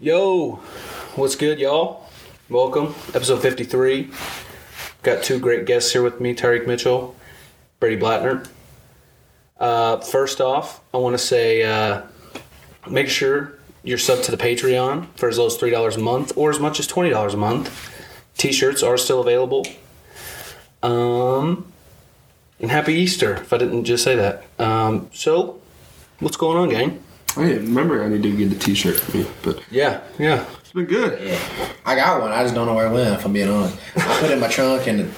Yo, what's good, y'all? Welcome, episode 53. Got two great guests here with me Tariq Mitchell, Brady Blattner. Uh, first off, I want to say uh, make sure you're subbed to the Patreon for as low as $3 a month or as much as $20 a month. T shirts are still available. Um, and happy Easter, if I didn't just say that. Um, so, what's going on, gang? I remember I need to get a T-shirt for me, but Yeah, yeah. it's been good. Yeah. I got one. I just don't know where it went. If I'm being honest, I put it in my trunk, and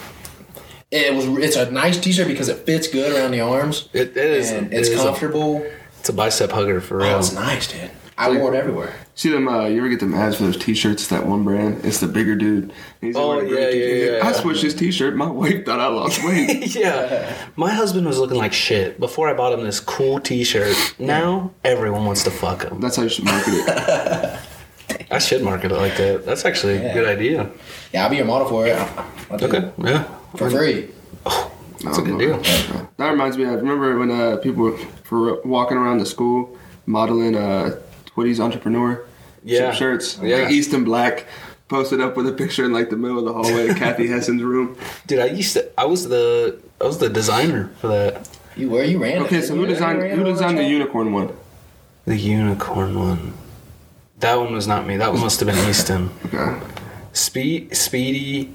it was. It's a nice T-shirt because it fits good around the arms. It is. and it it's is a- comfortable. It's a bicep hugger for real. Oh, it's nice, dude. I wore it everywhere. See them? Uh, you ever get them ads for those T-shirts? That one brand. It's the bigger dude. He's Oh, wearing a bigger yeah, T-shirt. yeah, He's like, yeah, I yeah. switched his T-shirt. My wife thought I lost weight. yeah. My husband was looking like shit before I bought him this cool t shirt. Now everyone wants to fuck him. That's how you should market it. I should market it like that. That's actually a good idea. Yeah, I'll be your model for it. I- I did Okay. it Yeah. For free. Oh, That's a good deal. That reminds me. I remember when uh, people were walking around the school modeling uh, Twitty's entrepreneur Yeah. some shirts. Yeah. like East and black. Posted up with a picture in like the middle of the hallway to Kathy Hessen's room. Dude, I used to I was the I was the designer for that. You where you ran? it, Okay, didn't so you? who You designed ran who it on designed the show? unicorn one? The unicorn one. That one was not me. That one must have been Easton. Okay. Speed, Speedy,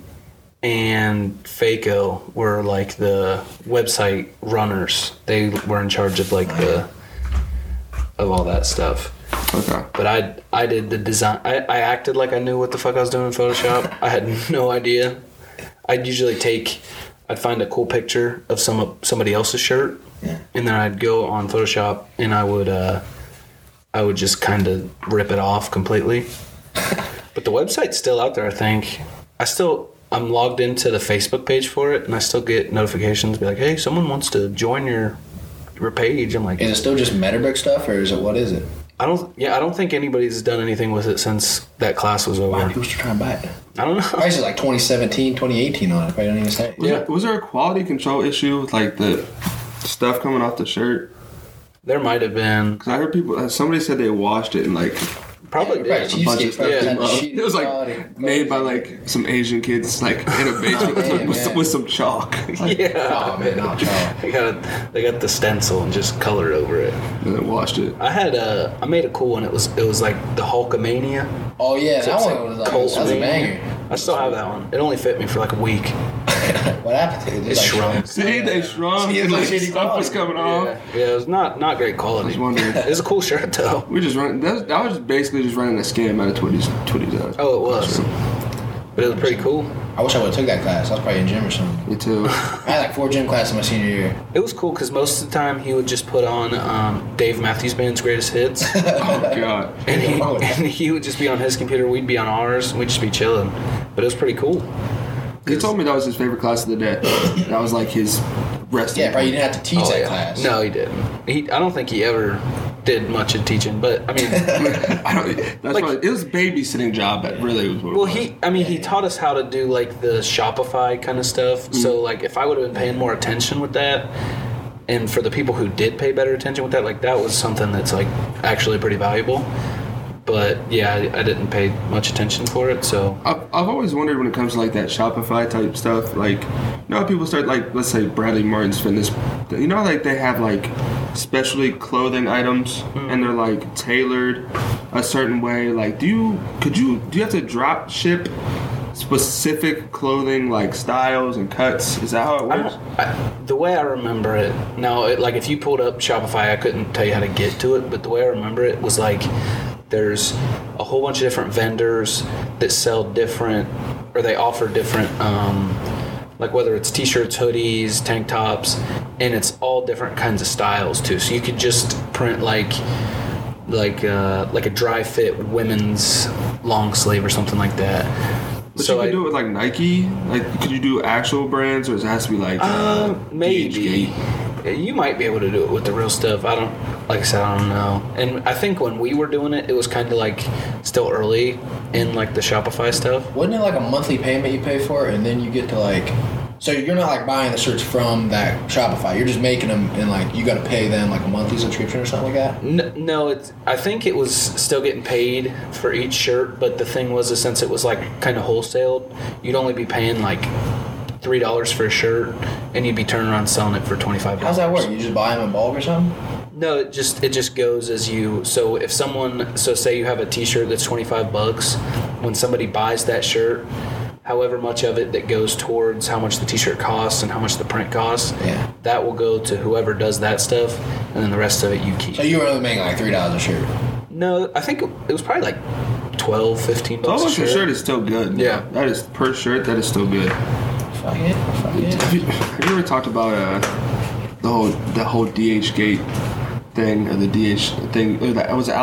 and Faco were like the website runners. They were in charge of like the of all that stuff. Okay. But I I did the design. I, I acted like I knew what the fuck I was doing in Photoshop. I had no idea. I'd usually take. I'd find a cool picture of some somebody else's shirt, and then I'd go on Photoshop and I would uh, I would just kind of rip it off completely. but the website's still out there, I think. I still I'm logged into the Facebook page for it, and I still get notifications be like, "Hey, someone wants to join your your page." I'm like, Is it still just Metabrick stuff, or is it what is it? I don't. Yeah, I don't think anybody's done anything with it since that class was over. Why people should try and buy it? I don't know. Price is like 2017, 2018 on it. Probably don't even say. Was, Yeah. there, was there a quality control issue with like the stuff coming off the shirt? There might have been. 'Cause I heard people. uh, Somebody said they washed it and like Probably. Right, did. cheap. a bunch Cheesecake of stuff Factory came had up. shitty It was like quality. made by like some Asian kids like in a basement with, some, man, with, some- man. with some chalk. Like, Yeah. Oh man, I'll try. They got they got the stencil and just colored over it. And they washed it. I had a I made a cool one. It was it was like the Hulkamania. Oh yeah, It that was one like was like, that Colt's was a Mania. banger. I still have that one. It only fit me for like a week. What happened to it? It's Just, like, shrunk. See, they shrunk. See, it's and, like like shitty stuff was quality. coming Yeah, off. yeah, it was not not great quality. was wondering. It's a cool shirt though. We just run. That was, I was basically just running a scam out of Twitty's Twitty's ass. Oh, it was, but it was pretty cool. I wish I would have took that class. I was probably in gym or something. Me too. I had like four gym classes my senior year. It was cool because most of the time he would just put on um, Dave Matthews Band's greatest hits, Oh god. and he, Oh, yeah. and he would just be on his computer. We'd be on ours. We'd just be chilling. But it was pretty cool. He told me that was his favorite class of the day. That was like his resting. Yeah, probably you didn't have to teach Oh, that class. Oh, No, he didn't. He, I don't think he ever did much in teaching. But I mean, I don't. That's Like- what it was. a Babysitting job. That really was. What it well, was. he. I mean, he taught us how to do like the Shopify kind of stuff. So like, if I would have been paying more attention with that, and for the people who did pay better attention with that, like that was something that's like actually pretty valuable. But yeah, I, I didn't pay much attention for it, so I've, I've always wondered when it comes to like that Shopify type stuff, like you know how people start like let's say Bradley Martin's fitness, you know like they have like specialty clothing items and they're like tailored a certain way. Like do you could you do you have to drop ship specific clothing like styles and cuts? Is that how it I works? don't- I, the way I remember it now, it, like if you pulled up Shopify, I couldn't tell you how to get to it, but the way I remember it was like there's a whole bunch of different vendors that sell different or they offer different, um, like whether it's t-shirts, hoodies, tank tops, and it's all different kinds of styles too. So you could just print like like uh, like a dry fit women's long sleeve or something like that. But so you could I- do it with like Nike. Like could you do actual brands or does it has to be like Uh, maybe. DHgate? You might be able to do it with the real stuff. I don't, like I said, I don't know. And I think when we were doing it, it was kind of like still early in like the Shopify stuff. Wasn't it like a monthly payment you pay for, and then you get to like So you're not like buying the shirts from that Shopify. You're just making them, and like you got to pay them like a monthly subscription or something like that. No, no it's, I think it was still getting paid for each shirt, but the thing was, is since it was like kind of wholesaled, you'd only be paying like three dollars for a shirt, and you'd be turning around selling it for twenty five. How's that work? You just buy them in bulk or something? No, it just it just goes as you. So if someone, so say you have a T-shirt that's twenty five bucks, when somebody buys that shirt, however much of it that goes towards how much the T-shirt costs and how much the print costs, Yeah. that will go to whoever does that stuff, and then the rest of it you keep. So you were only making like three dollars a shirt. No, I think it was probably like 12, 15 bucks Almost a shirt. shirt. is still good. Yeah. that is per shirt. That is still good. Fuck it. Fuck it. Have you, have you ever talked about uh, the whole the whole DH gate thing or the DH thing? Or that was it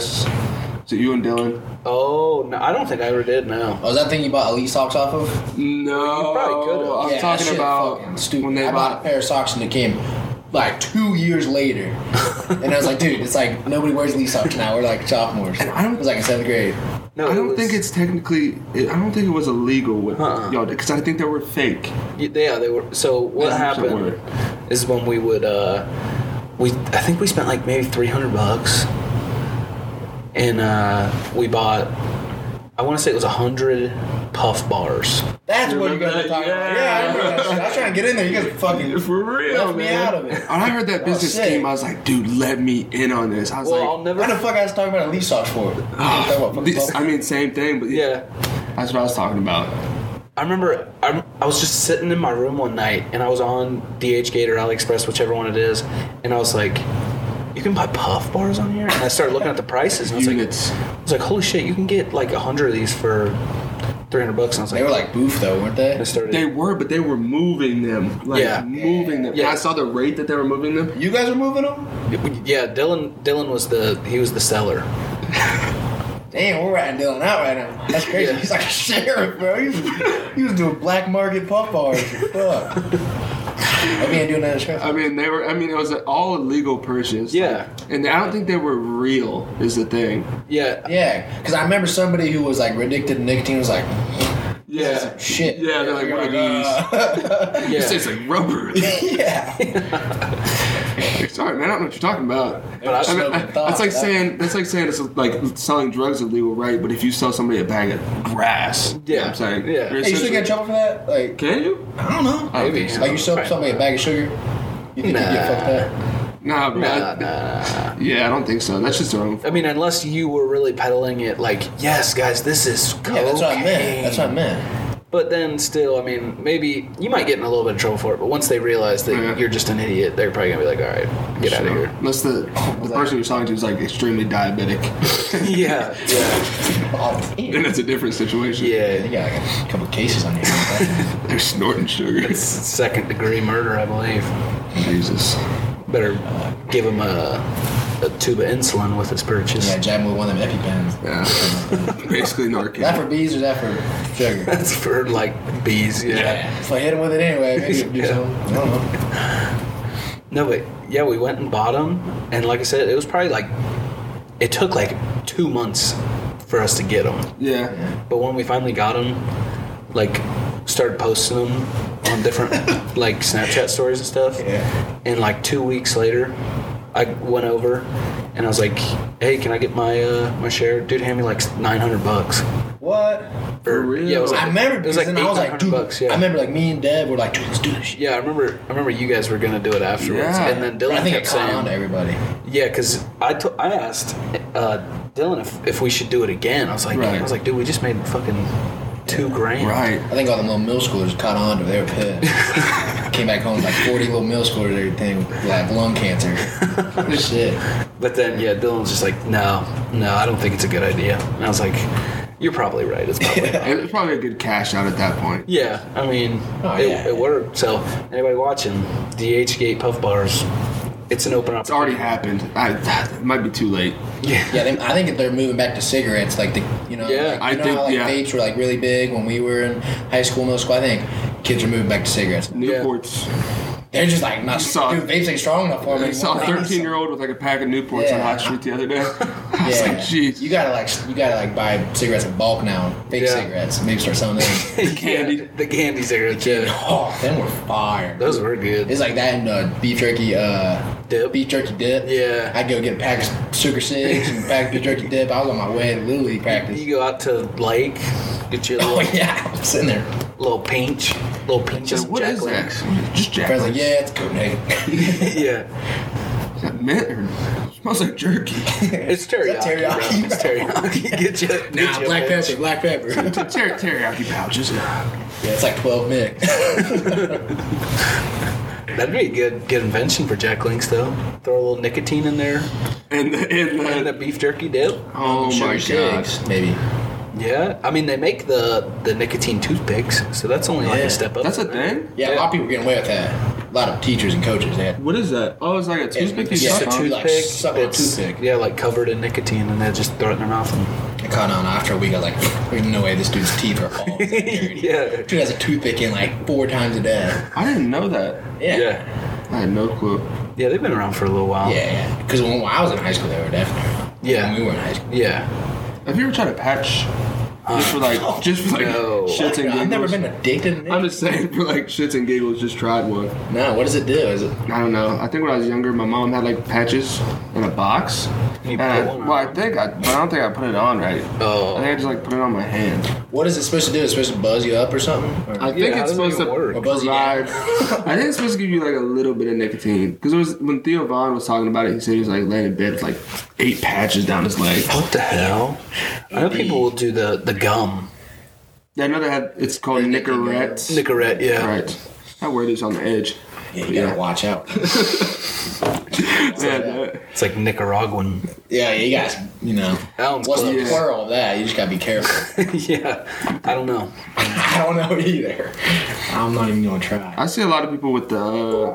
AliExpress. Was it you and Dylan? Oh, no, I don't think I ever did, no. Oh, is that thing you bought elite socks off of? No, You probably could've. I'm Yeah, that talking shit about fucking stupid. when they I bought, bought a pair of socks and it came like two years later, and I was like, dude, it's like nobody wears elite socks now. We're like sophomores. And I don't- it was like in seventh grade. No, I it don't was- think it's technically. It, I don't think it was illegal with Uh-uh. y'all because I think they were fake. Yeah, they were. So what Yeah, happened somewhere. is when we would, uh, we I think we spent like maybe three hundred bucks, and uh, we bought. I want to say it was hundred puff bars. That's You what you remember guys that? are talking about. Yeah. Yeah, I remember that shit. I was trying to get in there. You guys fucking For real, left me man. out of it. When I heard that Oh, business shit. scheme, I was like, dude, let me in on this. I was Well, like, "Ah, I'll never. Why the fuck I was talking about elite socks for? Talking about fucking This- buff- I mean, same thing, but yeah, that's what I was talking about. I remember I, I was just sitting in my room one night and I was on DH Gate or AliExpress, whichever one it is, and I was like, "You can buy puff bars on here." And I started looking at the prices, and I was like, Units. "I was like, holy shit, you can get like hundred of these for three hundred bucks." And I was like, they were like boof though, weren't they? I started. They were, but they were moving them, like Yeah. moving them. Yeah. I saw the rate that they were moving them. You guys were moving them? yeah, Dylan. Dylan was the he was the seller. Damn, we're riding Dylan out right now. That's crazy. Yeah. He's like a sheriff, bro. He was, he was doing black market puff bars. Fuck. I mean, doing that in sheriff. I mean, they were. I mean, it was an all illegal purchase. Yeah. like- and I don't think they were real. Is the thing. Yeah, Yeah, because I remember somebody who was like addicted to nicotine was like, Yeah. shit. Yeah, they're like, what are these? yeah. This tastes like rubber. yeah. Like, Sorry, man, I don't know what you're talking about. But I- I mean, I- thought that's like that- saying that's like saying it's like selling drugs illegal, right? But if you sell somebody a bag of grass, you know what Yeah. I'm saying, Yeah. Hey, You're Hey, you still essentially- get in trouble for that? Like, can you? Oh, I don't know. I don't Maybe. think so. Like, you sold somebody a bag of sugar? You think you get Nah. fucked up? Nah, bro. Nah, I- nah, nah. Yeah, I don't think so. That's just their own. I mean, unless you were really peddling it, like, yes, guys, this is cocaine. Yeah, that's what I meant. That's what I meant. But then still, I mean, maybe you might get in a little bit of trouble for it, but once they realize that Yeah. you're just an idiot, they're probably gonna be like, all right, get out of here. Unless the the person you're talking to is like extremely diabetic, yeah, yeah, Oh, damn. then it's a different situation. yeah. You got like a couple cases on your hands. they're snorting sugar. It's second degree murder, I believe. Jesus. Better give him a, a tube of insulin with his purchase. yeah, jab 'em with one of them EpiPens. Yeah. Basically Narcan. Is that for bees or is that for sugar? That's for like bees, yeah. If I hit him with it anyway, maybe it'll do Yeah. something. I don't know. No, but yeah, we went and bought them, and like I said, it was probably like it took like two months for us to get them. yeah. But when we finally got them, like started posting them on different like Snapchat stories and stuff. Yeah. And like two weeks later, I went over and I was like, "Hey, can I get my uh, my share?" Dude, hand me like nine hundred bucks. What? For real? Yeah, it was like, I remember It was like eight because then I was nine like, hundred dude. bucks. Yeah. I remember like me and Deb were like, dude, let's do this shit. yeah, I remember. I remember you guys were gonna do it afterwards, Yeah. and then But Dylan I think it kept caught saying, on to everybody. Yeah, because I to- I asked uh, Dylan if, if we should do it again. I was like, Right. I was like, dude, we just made fucking two grand. Right. I think all the little middle schoolers caught on to it. They were pissed. Came back home like 40 little middle schoolers everything with like lung cancer. shit. But then, yeah, Dylan's just like, no, no, I don't think it's a good idea. And I was like, you're probably right. It's probably not. It was probably a good cash out at that point. Yeah, I mean, Oh, it, yeah. it worked. So anybody watching, DH Gate Puff Bars, it's an open It's already happened. I, it might be too late. Yeah. Yeah, they, I think if they're moving back to cigarettes, like the you know, Yeah, like, you I know think- how like yeah. vapes were like really big when we were in high school, middle school. I think kids are moving back to cigarettes. Newports. They're just like not saw- dude, vapes ain't strong enough for them. I saw a anymore. 13 year old with like a pack of Newports on Yeah. Hot Street the other day. I was like, jeez. you gotta like you gotta like buy cigarettes in bulk now. Fake Yeah. cigarettes. Maybe start selling them. The candy, the candy cigarettes. Yeah, oh, them were fire. those were good. It's like that and uh, beef jerky, uh, Dip. beef jerky dip. Yeah. I'd go get a pack of sugar six and a pack of beef jerky dip. I was on my way to Little League practice. You go out to lake, get you a Oh little, yeah, I'm sitting there. little pinch, little pinch Just of what Jack is Lang. that? Just Jack. Friends like, Lang. yeah, it's Copenhagen. yeah, Is that mint or it smells like jerky? it's teriyaki. that teriyaki, bro. It's teriyaki. Get you, get nah, you a black pinch. pepper, black pepper. yeah, Ter- ter- teriyaki pouches. it's like twelve mix. That'd be a good good invention for Jack Links though. Throw a little nicotine in there And the, and and a the, beef jerky dip. oh Sugar my god. Shakes, maybe. Yeah, I mean they make the the nicotine toothpicks, so that's only like Yeah. a step up. That's a thing? Yeah, a lot of people were getting away with that. A lot of teachers and coaches they had. What is that? Oh, it's like a toothpick you yeah, suck it's a on? tooth- toothpick. like suck on a that's- toothpick. Yeah, like covered in nicotine, and they just throw it in their mouth. And, I caught on after a week. I was like, "There's no way this dude's teeth are all that dirty." yeah, Dude has a toothpick in like four times a day. I didn't know that. Yeah. Yeah. yeah, I had no clue. yeah. They've been around for a little while. yeah. Because when, when I was in high school, they were definitely. Yeah. When we were in high school. yeah. Have you ever tried a patch? just for like, just for like no. shits and giggles. I've never been addicted. To I'm i just saying, for like shits and giggles, just tried one. no. What does it do? Is it? I don't know. I think when I was younger, my mom had like patches in a box. You And put I, one on. well, I think I, but I don't think I put it on right. I think Oh, I just like put it on my hand. What is it supposed to do? It's supposed to buzz you up or something? Or- I think how does it's it supposed even to work? Or buzz you down? provide. I think it's supposed to give you like a little bit of nicotine. Because was when Theo Vaughn was talking about it, he said he was like laying in bed with like eight patches down his leg. what the hell? I know people will do the the gum I know they had it's called Nicorette. Nicorette. Yeah, Right. I wear these on the edge. Yeah, But you gotta yeah. watch out. Yeah, that- it's like Nicaraguan. yeah, you gotta, you know. That one's What's the close. plural of that? You just gotta be careful. yeah, I don't know. I don't know either. I'm not even gonna try. I see a lot of people with the uh,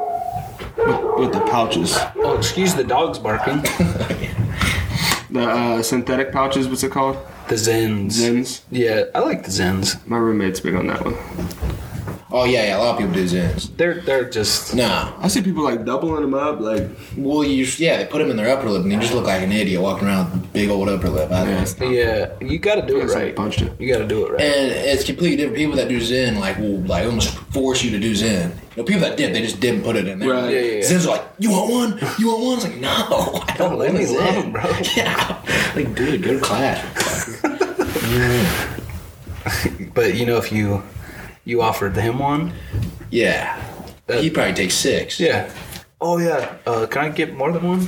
with, with the pouches, Oh, excuse the dogs barking. the uh, synthetic pouches. What's it called? The Zens. Zins. Yeah, I like the Zens. My roommate's big on that one. Oh yeah, yeah. A lot of people do zins. They're they're just No. I see people like doubling them up, like Well, you yeah, they put them in their upper lip, and you just look like an idiot walking around with a big old upper lip. I don't know. yeah. You got to do it That's right. like punched it. You got to do it right. And it's completely different. People that do Zen, like, will like almost force you to do Zen. You know, people that did, they just didn't put it in there. Right. Yeah, yeah, yeah. Zen's are like, you want one? You want one? It's like, no, I don't Don't want let me Zen, alone, bro. Yeah, like, dude, go to class. But you know, if you you offered him one, Yeah, That- he probably takes six. yeah. Oh yeah. Uh, can I get more than one?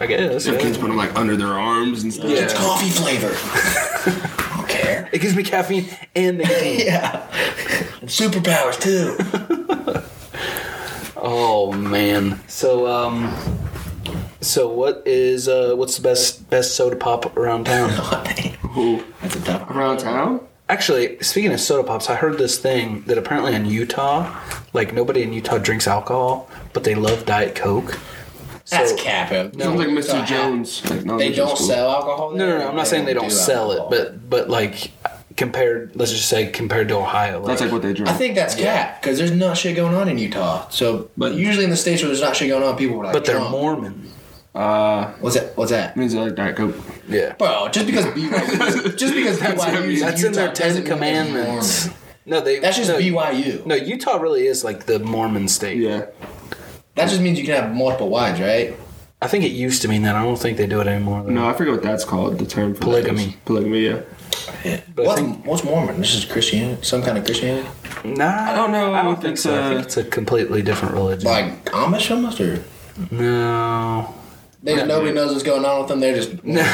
I guess. some yeah. kids put them like under their arms and stuff. Yeah. it's coffee flavor. I don't care. It gives me caffeine and nicotine. Yeah, and superpowers too. Oh man. So um. So what is uh what's the best best soda pop around town? Ooh. That's a tough. one. Around town? Actually, speaking of soda pops, I heard this thing that apparently in Utah, like nobody in Utah drinks alcohol, but they love Diet Coke. So, That's capping. No. Sounds like So I- Mr. Jones. Like, no, They this is cool. don't sell alcohol. No, there? no, no. I'm not saying they don't do sell it, alcohol. but but like compared, let's just say compared to Ohio, like, That's like what they drink. I think that's cap because there's not shit going on in Utah. So, but usually in the states where there's not shit going on, people were like, but they're drunk. Mormon. uh, What's that? What's that? means they like Diet Coke. Yeah, Bro, just because BYU, just because That's what I BYU, mean. is that's in their Utah doesn't Ten mean they're Commandments. Mormon. No, they That's just no, BYU. No, Utah really is like the Mormon state. Yeah. That just means you can have multiple wives, right? I think it used to mean that. I don't think they do it anymore. Though. No, I forget what that's called. The term for that Polygamy. is. Polygamy, yeah. But I What's, think- what's Mormon? This is Christianity, some kind of Christianity, nah, I don't know. I don't think It's, so. I think uh, it's a completely different religion. like Amish almost, or No. they just, nobody knows what's going on with them. They're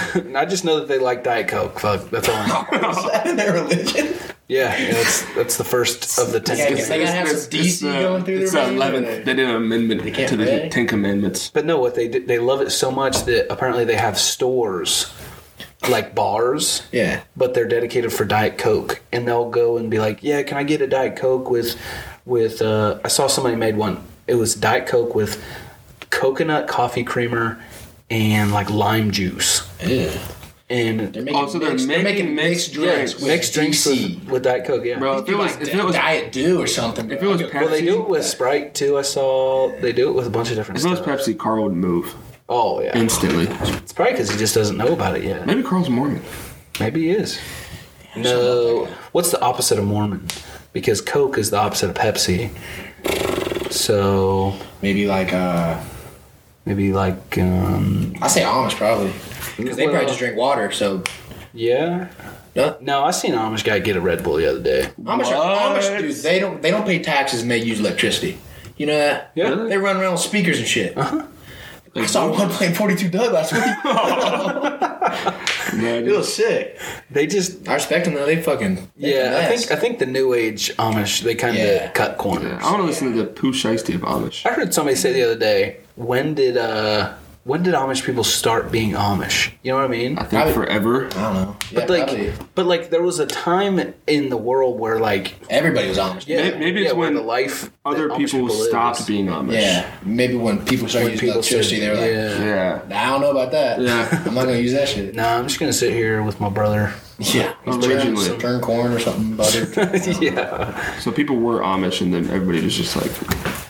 just I just know that they like Diet Coke. Fuck, that's all. I know. is that in their religion? yeah, yeah, that's that's the first of the ten. Yeah, 'cause commandments. they gotta have some DC going through it's their the veins, 11th. right? They did an amendment can't to the pay. Ten Commandments. But no, what they do, they love it so much that apparently they have stores, like bars. Yeah. But they're dedicated for Diet Coke, and they'll go and be like, "Yeah, can I get a Diet Coke with, with?" Uh, I saw somebody made one. It was Diet Coke with coconut coffee creamer and like lime juice, Yeah. and They're making, Oh, so they're mixed, they're making making mixed mixed drinks, drinks. with mixed drinks DC. with, with Diet Coke. Yeah, Bro, if it was, like if di- it was, if Diet Dew or something. If it was Well, they do it Pepsi, with Sprite too. I saw they do it with a bunch of different if it was stuff. Pepsi, Carl would move. Oh yeah, instantly. it's probably because he just doesn't know about it yet. Maybe Carl's Mormon. Maybe he is. No, what's the opposite of Mormon? Because Coke is the opposite of Pepsi. So Maybe like uh, maybe like um, I say Amish probably because they Well- probably just drink water. So yeah. no, No, I seen an Amish guy get a Red Bull the other day. Amish, What? Amish dudes they don't they don't pay taxes and they use electricity. You know that? Yeah. Really? They run around with speakers and shit. Uh-huh. I saw one playing 42 Doug last week. Yeah, it was sick. They just I respect them though. They fucking they yeah. I finesse. think I think the New Age Amish they kind of Yeah. cut corners. I want to listen to the poo shiesty of Amish. I heard somebody say the other day, when did uh when did Amish people start being Amish? You know what I mean? I think forever. I don't know. Yeah, But like probably. but like there was a time in the world where like everybody was Amish. yeah, May- maybe it's yeah, where when the life Other that Amish people stopped lives- being Amish. Yeah, maybe when people started when using people said, electricity, they were like, yeah. Yeah. I don't know about that. Yeah. I'm not gonna use that shit. Nah, I'm just gonna sit here with my brother. Yeah, turn, Originally. turn corn or something, butter. yeah. So people were Amish, and then everybody was just like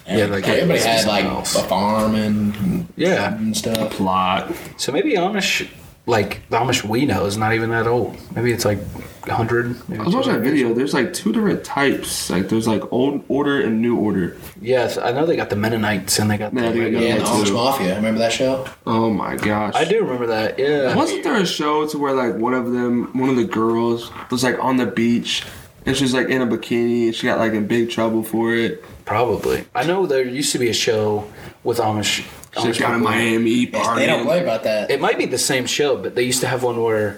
Yeah, like, everybody it's had just like else. a farm and Yeah. and stuff. plot. So maybe Amish like the Amish we know is not even that old. Maybe it's like hundred. I was watching that video. There's like two different types. Like there's like old order and new order. Yes, I know they got the Mennonites and they got. Yeah, the, they got- Yeah, Yeah, the too. Amish Mafia. Remember that show? Oh my gosh. I do remember that. Yeah. Wasn't there a show to where like one of them, one of the girls, was like on the beach, and she's like in a bikini, and she got like in big trouble for it. Probably. I know there used to be a show with Amish. She Amish got in people. Miami, They don't partying. worry about that. It might be the same show, but they used to have one where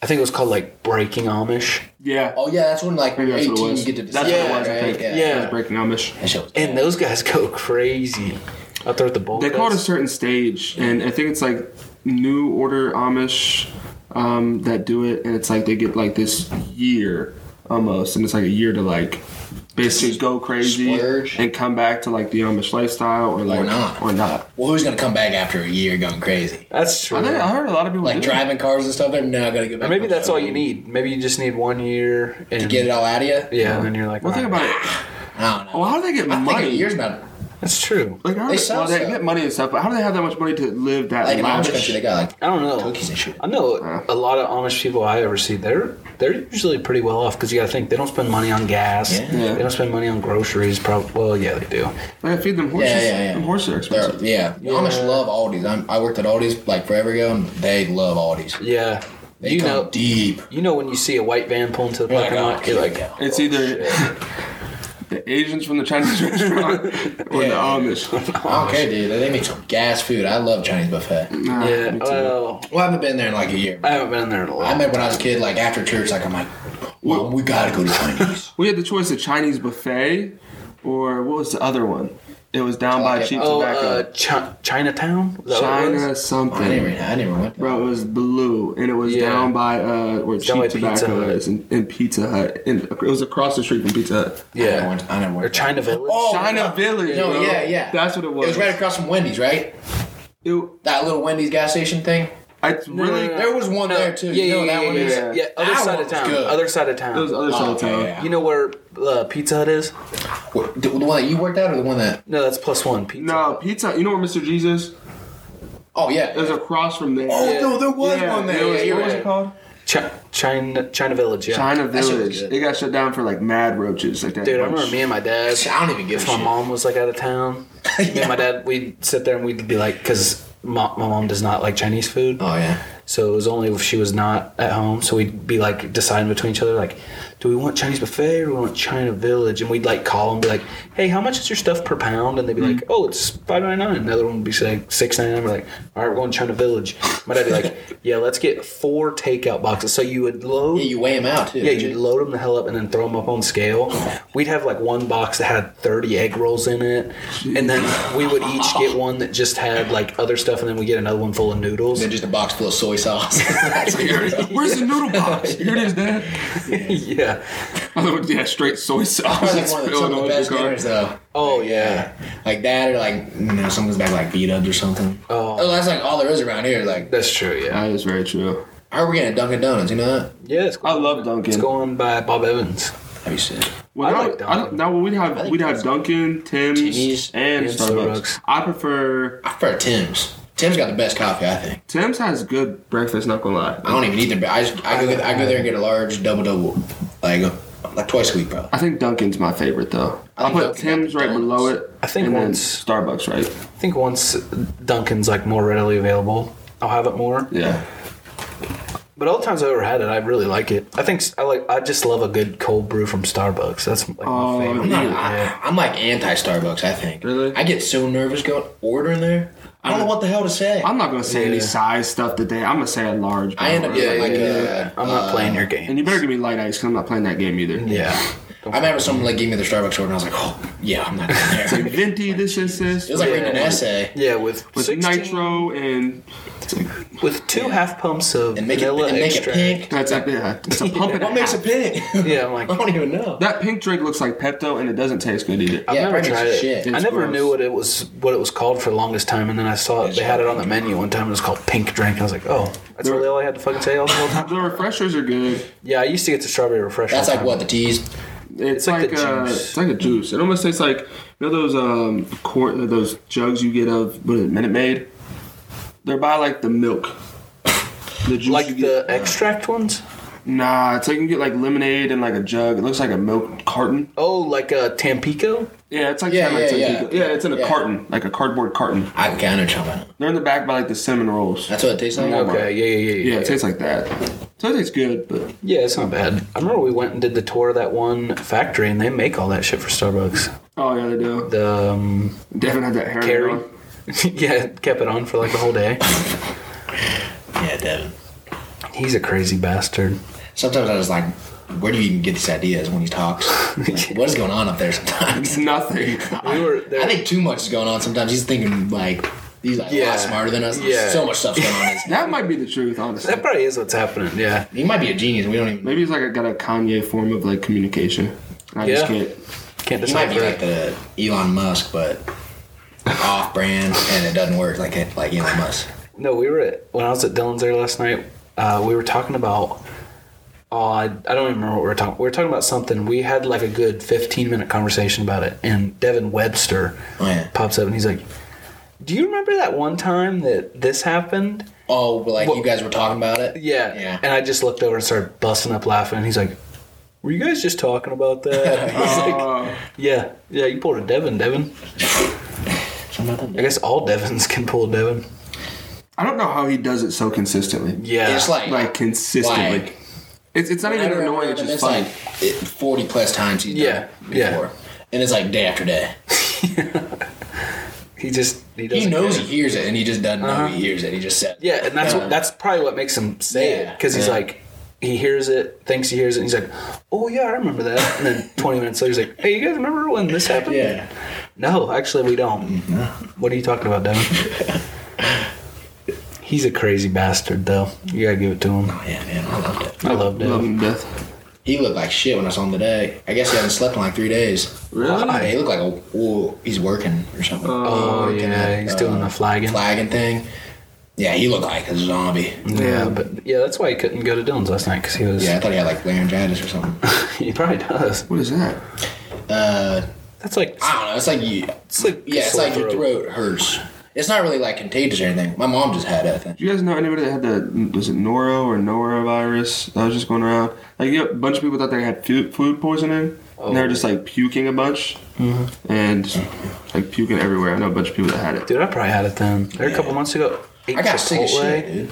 I think it was called like Breaking Amish, Yeah, oh yeah, that's when like Maybe you're that's 18, what it you was. get to That's decide. what it was. I right? think. Yeah. Yeah. It was breaking Amish. That show was and those guys go crazy out there at the bowl. They call it a cuts. certain stage, and I think it's like New Order Amish um, that do it, and it's like they get like this year almost, and it's like a year to like basically go crazy Splurge. and come back to like the Amish lifestyle, or like not. or not. well, who's gonna come back after a year going crazy? That's true. I, think, I heard a lot of people Like do that. driving cars and stuff. They're now gonna get back. Or maybe on the that's all show. you need. Maybe you just need one year and Get it all out of you. Yeah, and then you're like, Well, think "All about right." it. I don't know. Well, how do they get I think money? a year's not That's true. like, how do They they, sell well, they stuff. get money and stuff, but how do they have that much money to live that like in Amish lavish? country. They got like I don't know. Cookies and shit. I know a lot of Amish people I ever see. They're they're usually pretty well off because you got to think they don't spend money on gas. Yeah. Yeah. They don't spend money on groceries. Probably. Well, yeah, they do. Like, I feed them horses. Yeah, yeah, yeah. Them horses are expensive. They're, yeah. Amish love Aldi's. I'm, I worked at Aldi's like forever ago, and they love Aldi's. Yeah. They you come know. deep. You know when you see a white van pull into the You're like, parking lot, "Oh, you're like, yeah." It's either the Asians from the Chinese restaurant or the Yeah. Amish. I don't care, dude. They make some gas food. I love Chinese buffet. Nah, yeah. me too. Well, Well, I haven't been there in like a year. Ah, I haven't been there in a I while. remember when I was a kid, like after church, like I'm like, Mom, we gotta go to Chinese. we had the choice of Chinese buffet or what was the other one? It was down by Tobacco. cheap Oh, uh, tobacco. Chi- Chinatown. Is that what it was? China Oh, I never, something. I never went. Bro, it was blue, and it was Yeah. down by uh, where down by cheap Pizza tobacco Hut. is, and, and Pizza Hut, and it was across the street from Pizza Hut. I never Yeah. went. I never Or went. China Village. Oh, China no. Village. No, bro. yeah, yeah. That's what it was. It was right across from Wendy's, right? It- That little Wendy's gas station thing. it's really no, no. There was one Oh, No, there too. Yeah, you know yeah, that yeah, one yeah, is. yeah. Yeah, Other That side one of was town. good. Other side of it was the town. other side Oh, of town. yeah, yeah. You know where uh, Pizza Hut is? What- The the one that you worked at, or the one that? No, that's plus one. Pizza. No, Pizza. You know where Mr. Jesus? Oh yeah. There's across from there. Oh Yeah. no, there was Yeah, one there. it was- Yeah, you're what was right. it called? Chi- China China Village. Yeah. China That shit was Village. good. It got shut down for like mad roaches. Like that. Dude, I bunch. remember me and my dad. I don't even give a If my shit. mom was like out of town, me and my dad, we'd sit there and we'd be like, because my, my mom does not like Chinese food. Oh yeah. So it was only if she was not at home. So we'd be like deciding between each other, like, do we want Chinese buffet or do we want China Village? And we'd like call and be like, hey, how much is your stuff per pound? And they'd be Mm-hmm. like, oh, it's five ninety nine. Another one would be like six ninety nine. We're like, all right, we're going to China Village. My dad'd be like, yeah, let's get four takeout boxes. So you would load. Yeah, you weigh them out too. Yeah, you'd load them the hell up and then throw them up on scale. We'd have like one box that had 30 egg rolls in it. And then we would each get one that just had like other stuff. And then we get another one full of noodles. Then just a box full of soy sauce. That's weird. Where's the noodle box? Here it is, Dad. yeah. Oh, yeah, straight soy sauce. Probably like one of the, some spilled of the all best over the car. dinners though. Oh, yeah. Yeah, like that, or like you know, someone's back like beat up or something. Oh. that's like all there is around here. Like, That's true, yeah. That is very true. I heard we're getting a Dunkin' Donuts. You know that? Yeah, it's I cool. love Dunkin'. It's going by Bob Evans. That'd be sick. Well, I now, like I don't- Dunkin'. now we'd have think we'd have Dunkin', Tim's, Timmy's and and Starbucks. Starbucks. I prefer I prefer Tim's. Tim's got the best coffee, I think. Tim's has good breakfast. Not gonna lie. I don't even eat their. I just, I go get, I go there and get a large double double, like uh, like twice a week, probably. I think Dunkin's my favorite though. I I think put Dunkin' Tim's got the right below Dunkins. it. I think and then once- Starbucks, right? I think once Dunkin's like more readily available, I'll have it more. Yeah. But all the times I ever had it, I really like it. I think s- I like. I just love a good cold brew from Starbucks. That's like Oh, my favorite. I'm, not, Yeah. I, am like anti Starbucks. I think. Really? I get so nervous going ordering there. I don't know what the hell to say. i I'm not gonna say any Yeah. size stuff today. I'm gonna say a large. bro. end up Yeah, getting like uh, yeah, a. I'm not playing your game. And you better give me light ice because I'm not playing that game either. yeah. I remember someone like gave me the Starbucks order, and I was like, "Oh, yeah, I'm not going there." Venti, this, this, this. It was like Yeah. reading an essay Yeah, with with 16 nitro and with two half pumps of and make it vanilla and make it extract. pink. that's yeah, it's a pump. and a What makes half. it pink? Yeah, I'm like, I don't even know. That pink drink looks like Pepto, and it doesn't taste good either. I've Yeah, never Frank's tried is it. shit. I It's never gross. knew what it was what it was called for the longest time, and then I saw it, they had it on the menu one time. It was called Pink Drink. and I was like, oh, that's really all I had to fucking say all the whole time. The refreshers are good. Yeah, I used to get the strawberry refresher. That's all like the what the teas. It's, like like, a uh, juice. it's like a juice. It almost tastes like you know those um quart, those jugs you get of what is it, Minute Maid. They're by like the milk. The juice time. like you the get. extract ones. nah, it's like you can get like lemonade and like a jug. It looks like a milk carton. Oh, like a Tampico. Yeah, it's like Yeah, kinda like yeah, some- yeah. it's in a Yeah. carton, like a cardboard carton. I can kind of chum it. They're in the back by like the cinnamon rolls. That's what it tastes like. Okay. Okay, yeah, yeah, yeah, yeah. Yeah, it tastes like that. So it tastes good, but Yeah, it's not bad. I remember we went and did the tour of that one factory, and they make all that shit for Starbucks. oh yeah, they do. The um, Devin had that hair. Carrie, on. yeah, kept it on for like a whole day. Yeah, Devin. He's a crazy bastard. Sometimes I just like, where do you even get these ideas when he talks? Like, what is going on up there sometimes? It's nothing. We were there. I think too much is going on sometimes. He's thinking like he's like a Yeah. lot smarter than us. Yeah. There's so much stuff's going on. It's- that might be the truth, honestly. that probably is what's happening. Yeah, He might be a genius. We don't even. know. Maybe it's like I got a Kanye form of like communication. I Yeah. just can't. can't He might be decipher like it. the Elon Musk, but off-brand, and it doesn't work like it, like Elon Musk. No, we were at, when I was at Dylan's there last night. Uh, we were talking about. Oh, I, I don't even remember what we were talking. We were talking about something. We had like a good fifteen minute conversation about it, and Devin Webster Oh, yeah. pops up and he's like, "Do you remember that one time that this happened?" Oh, but like you guys were talking about it. Yeah. Yeah. And I just looked over and started busting up laughing. And he's like, Were you guys just talking about that? I was like, Oh. Uh, yeah. Yeah, you pulled a Devin, Devin. I guess all Devins can pull a Devin. I don't know how he does it so consistently. Yeah. It's like Like consistently. Like- it's, it's not even annoying. It's just funny. like it- forty plus times he's Yeah, done it yeah. before, and it's like day after day. he just, he doesn't. He knows care. Uh-huh. he hears it, and he just doesn't know he hears it. He just says, it. Yeah, and that's what, that's probably what makes him say it. Yeah. Because he's Yeah. like, he hears it, thinks he hears it, and he's like, oh, yeah, I remember that. And then 20 minutes later, he's like, hey, you guys remember when this happened? Yeah. Mm-hmm. No, actually, we don't. What are you talking about, Devin? He's a crazy bastard, though. You gotta give it to him. Oh, Yeah, man, I loved it. I love Love Devin. and death. He looked like shit when I saw him today. I guess he hasn't slept in like three days. Really? Yeah, he looked like a, ooh, he's working or something. Oh yeah, at, he's uh, doing the flagging. flagging thing. Yeah, he looked like a zombie. Yeah, but yeah, that's why he couldn't go to Dylan's last night because he was. Yeah, I thought he had like laryngitis or something. he probably does. What is that? Uh, That's like I don't know. It's like you. it's like Yeah, it's sore like your throat hurts. It's not really like contagious or anything. My mom just had it. I think. Do you guys know anybody that had the was it Noro or norovirus that was just going around? Like, you know, a bunch of people thought they had food, food poisoning, and they were Oh. just like puking a bunch, and just, like puking everywhere. I know a bunch of people that had it. Mm-hmm. Dude, I probably had it then. There a couple months ago. ate I got sick as Chipotle. shit, dude.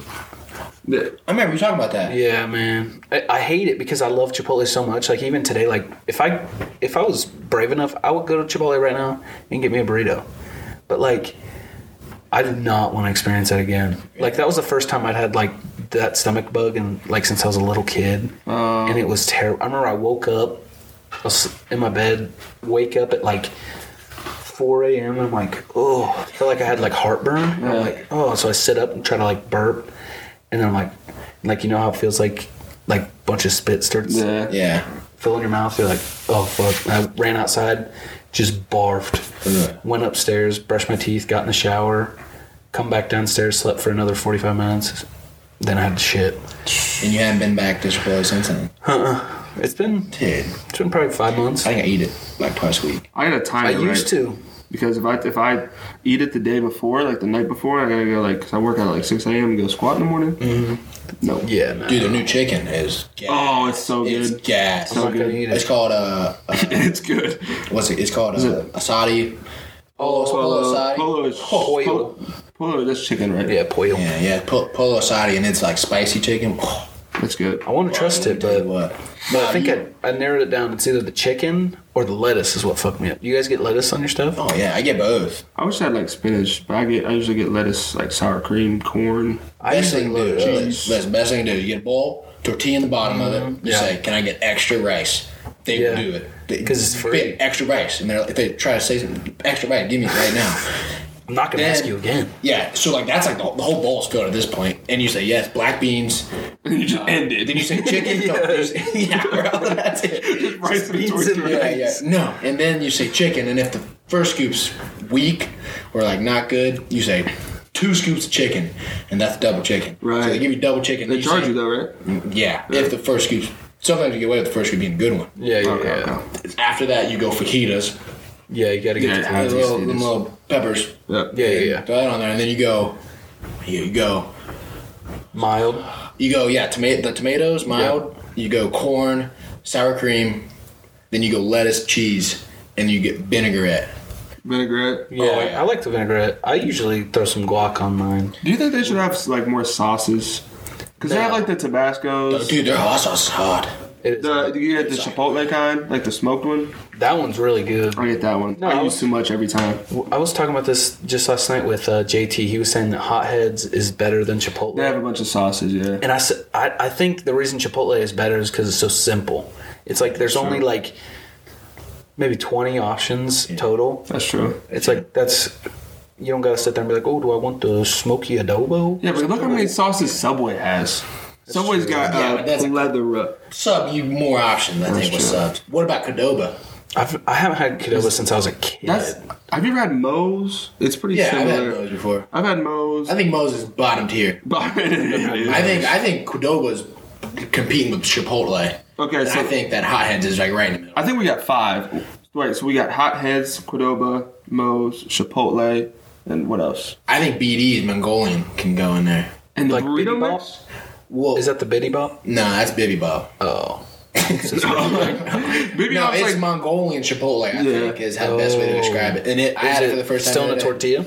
Yeah. I remember you talking about that. Yeah, man. I, I hate it because I love Chipotle so much. Like even today, like if I if I was brave enough, I would go to Chipotle right now and get me a burrito. But like, I do not want to experience that again. Like that was the first time I'd had like that stomach bug and like since I was a little kid, and it was terrible. I remember I woke up, I was in my bed, wake up at like. 4 a.m. I'm like, oh, I feel like I had like heartburn. And I'm like, oh, so I sit up and try to like burp, and then I'm like, like you know how it feels like, like a bunch of spit starts Yeah. Yeah. filling your mouth. You're like, oh fuck. And I ran outside, just barfed. Ugh. Went upstairs, brushed my teeth, got in the shower, come back downstairs, slept for another 45 minutes. Then I had to shit. And you haven't been back to Chipotle since then, It's been dude. it's been probably five months. I I, think I eat it like twice a week. I got a timer. used right? to. Because if I if I eat it the day before, like the night before, I gotta go like because I work out at like six a.m. and go squat in the morning. No. Yeah, man. Dude, the new chicken is gas. Oh, it's so it's good. gas. So I'm not gonna good. eat It's it. called uh, uh, it's good. what's it? It's called uh, it- asadi. Polo, polo asadi. Polo is Pollo. polo, polo. That's chicken, right? Yeah, pollo. Yeah, yeah, po- polo asadi, and it's like spicy chicken. That's good. I want to trust it, but what? but I think I, I narrowed it down. It's either the chicken or the lettuce is what fucked me up. You guys get lettuce on your stuff? Oh yeah, I get both. I wish I had like spinach, but I get I usually get lettuce, like sour cream, corn. I best usually thing to do, love really, cheese. that's the best thing to do. You get a bowl, tortilla in the bottom of it. You Mm-hmm. Yeah. say, "Can I get extra rice?" They Yeah. will do it 'Cause it's They- free. Extra rice, and they're if they try to say something, extra rice, give me it right now. I'm not gonna Then- ask you again. yeah, so like that's like the, the whole bowl is filled at this point, and you say yes, black beans. you just end it. Then you say chicken. No, you say- yeah, bro, that's it. rice and beans and tortilla. Yeah, yeah. No, and then you say chicken, and if the first scoop's weak or like not good, you say two scoops of chicken, and that's double chicken. So Right. they give you double chicken. They then charge say- you though, right? Yeah, if the first scoop. Sometimes you get away with the first scoop being a good one. Yeah, yeah, Okay, yeah. okay. After that, you go fajitas, Yeah, you gotta get Yeah, the I add time. a just little, do them this. little peppers, Yeah. Yeah, yeah, yeah. throw that on there, and then you go, you go, Mild. Oh, you go. Yeah, tomato, the tomatoes mild. You go corn, sour cream, then you go lettuce, cheese, and you get vinaigrette. Vinaigrette. Yeah, Oh, yeah. I like the vinaigrette. I usually throw some guac on mine. Do you think they should have like more sauces? Because they No. have like the Tabascos. Dude, their hot sauce is hot. It is, The do you get the Chipotle kind, like the smoked one? that one's really good. I get that one. No, I I was- use too much every time. I was talking about this just last night with uh, JT. He was saying that Hot Heads is better than Chipotle. They have a bunch of sauces, yeah. And I, s- I, I think the reason Chipotle is better is because it's so simple. It's like there's only like maybe 20 options total. That's true. It's like that's, you don't got to sit there and be like, oh, do I want the smoky adobo? Yeah, but look how many sauces Subway has. Subway's got Yeah, uh, but that's- leather rub. Sub, you more options. I think with true. subs. What about Cadoba? I've, I haven't had Qdoba since I was a kid. That's. Have you ever had Moe's? It's pretty Yeah, I've similar. had those before. I've had Moe's. I think Moses is bottom tier. I think I think Cordoba's competing with Chipotle. Okay, And so- I think that Hotheads is like right in the middle. I think we got five. Wait, so we got Hot Heads, Cordoba, Moe's, Chipotle, and what else? I think BD's Mongolian can go in there. And the Like burrito Bitty Bop? mix. Well, Is that the Biddy Bop? no, that's Bibby Bob. Oh. Baby, No, I was it's like, Mongolian Chipotle. I think is how the best way to Oh. describe it. And it, I Is had it, it for the first time. still the in a other day. tortilla?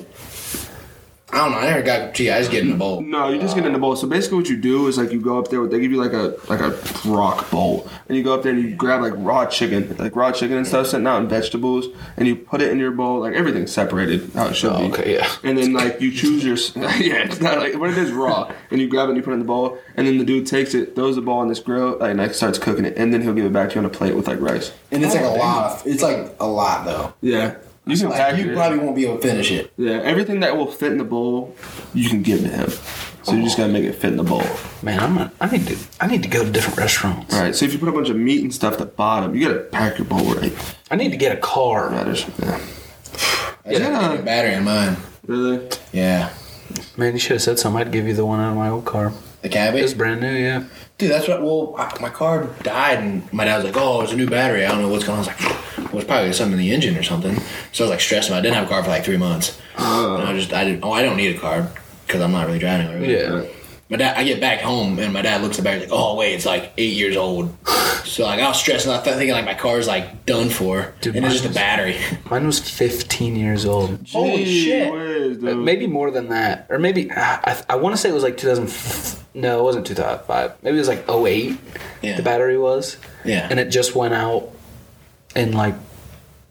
I don't know. I never got tortilla. I just get in a bowl. no, you just get in the bowl. So basically, what you do is like you go up there. They give you like a like a rock bowl, and you go up there and you grab like raw chicken, like raw chicken and stuff sitting out and vegetables, and you put it in your bowl. Like everything's separated how it should be. Oh, okay, yeah. And then like you choose your yeah, it's not like but it is raw, and you grab it and you put it in the bowl, and then the dude takes it, throws the ball in this grill, like, and like starts cooking it, and then he'll give it back to you on a plate with like rice. And it's like Oh, a lot. It's like a lot though. Yeah, you can Like pack you it. probably won't be able to finish it. Yeah, everything that will fit in the bowl, you can give to him. So you just gotta make it fit in the bowl. Man, I'm not, I need to I need to go to different restaurants. All right. So if you put a bunch of meat and stuff at the bottom, you gotta pack your bowl right. I need to get a car. Matters. Yeah. I just Yeah. get a battery in mine. Really? Yeah, Man, you should have said something. I'd give you the one out of my old car. the cabbage. It's brand new, yeah. Dude, that's what. Well, I, my car died, and my dad was like, "Oh, it's a new battery. I don't know what's going on." I was like, well, "It was probably something in the engine or something." So I was like stressing. I didn't have a car for like three months. Uh. and I just, I didn't. Oh, I don't need a car because I'm not really driving. Already. Yeah. My dad, I get back home, and my dad looks at the battery like, "Oh, wait, it's like eight years old." so like, I was stressing. I was thinking like my car's like done for, Dude, and it's mine just a was- battery. Mine was 15 years old. Holy Gee shit. whiz, dude. Uh, Maybe more than that. Or maybe, ah, I, I want to say it was like 2000. No, it wasn't 2005. Maybe it was like 08, Yeah. the battery was. Yeah. And it just went out in like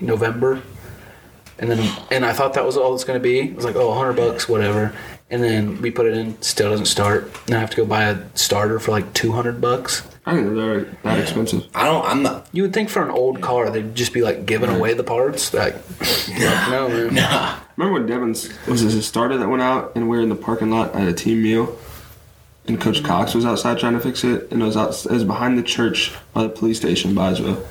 November. And then, and I thought that was all it's going to be. It was like, oh, 100 bucks, whatever. And then we put it in, still doesn't start. Now I have to go buy a starter for like 200 bucks. I think they're that expensive. I don't. I'm not. You would think for an old car, they'd just be like giving away the parts. Like, no, man. Nah. Remember when Devin's was this his starter that went out, and we were in the parking lot at a team meal, and Coach Cox was outside trying to fix it, and it was out, it was behind the church by the police station, in Bysville,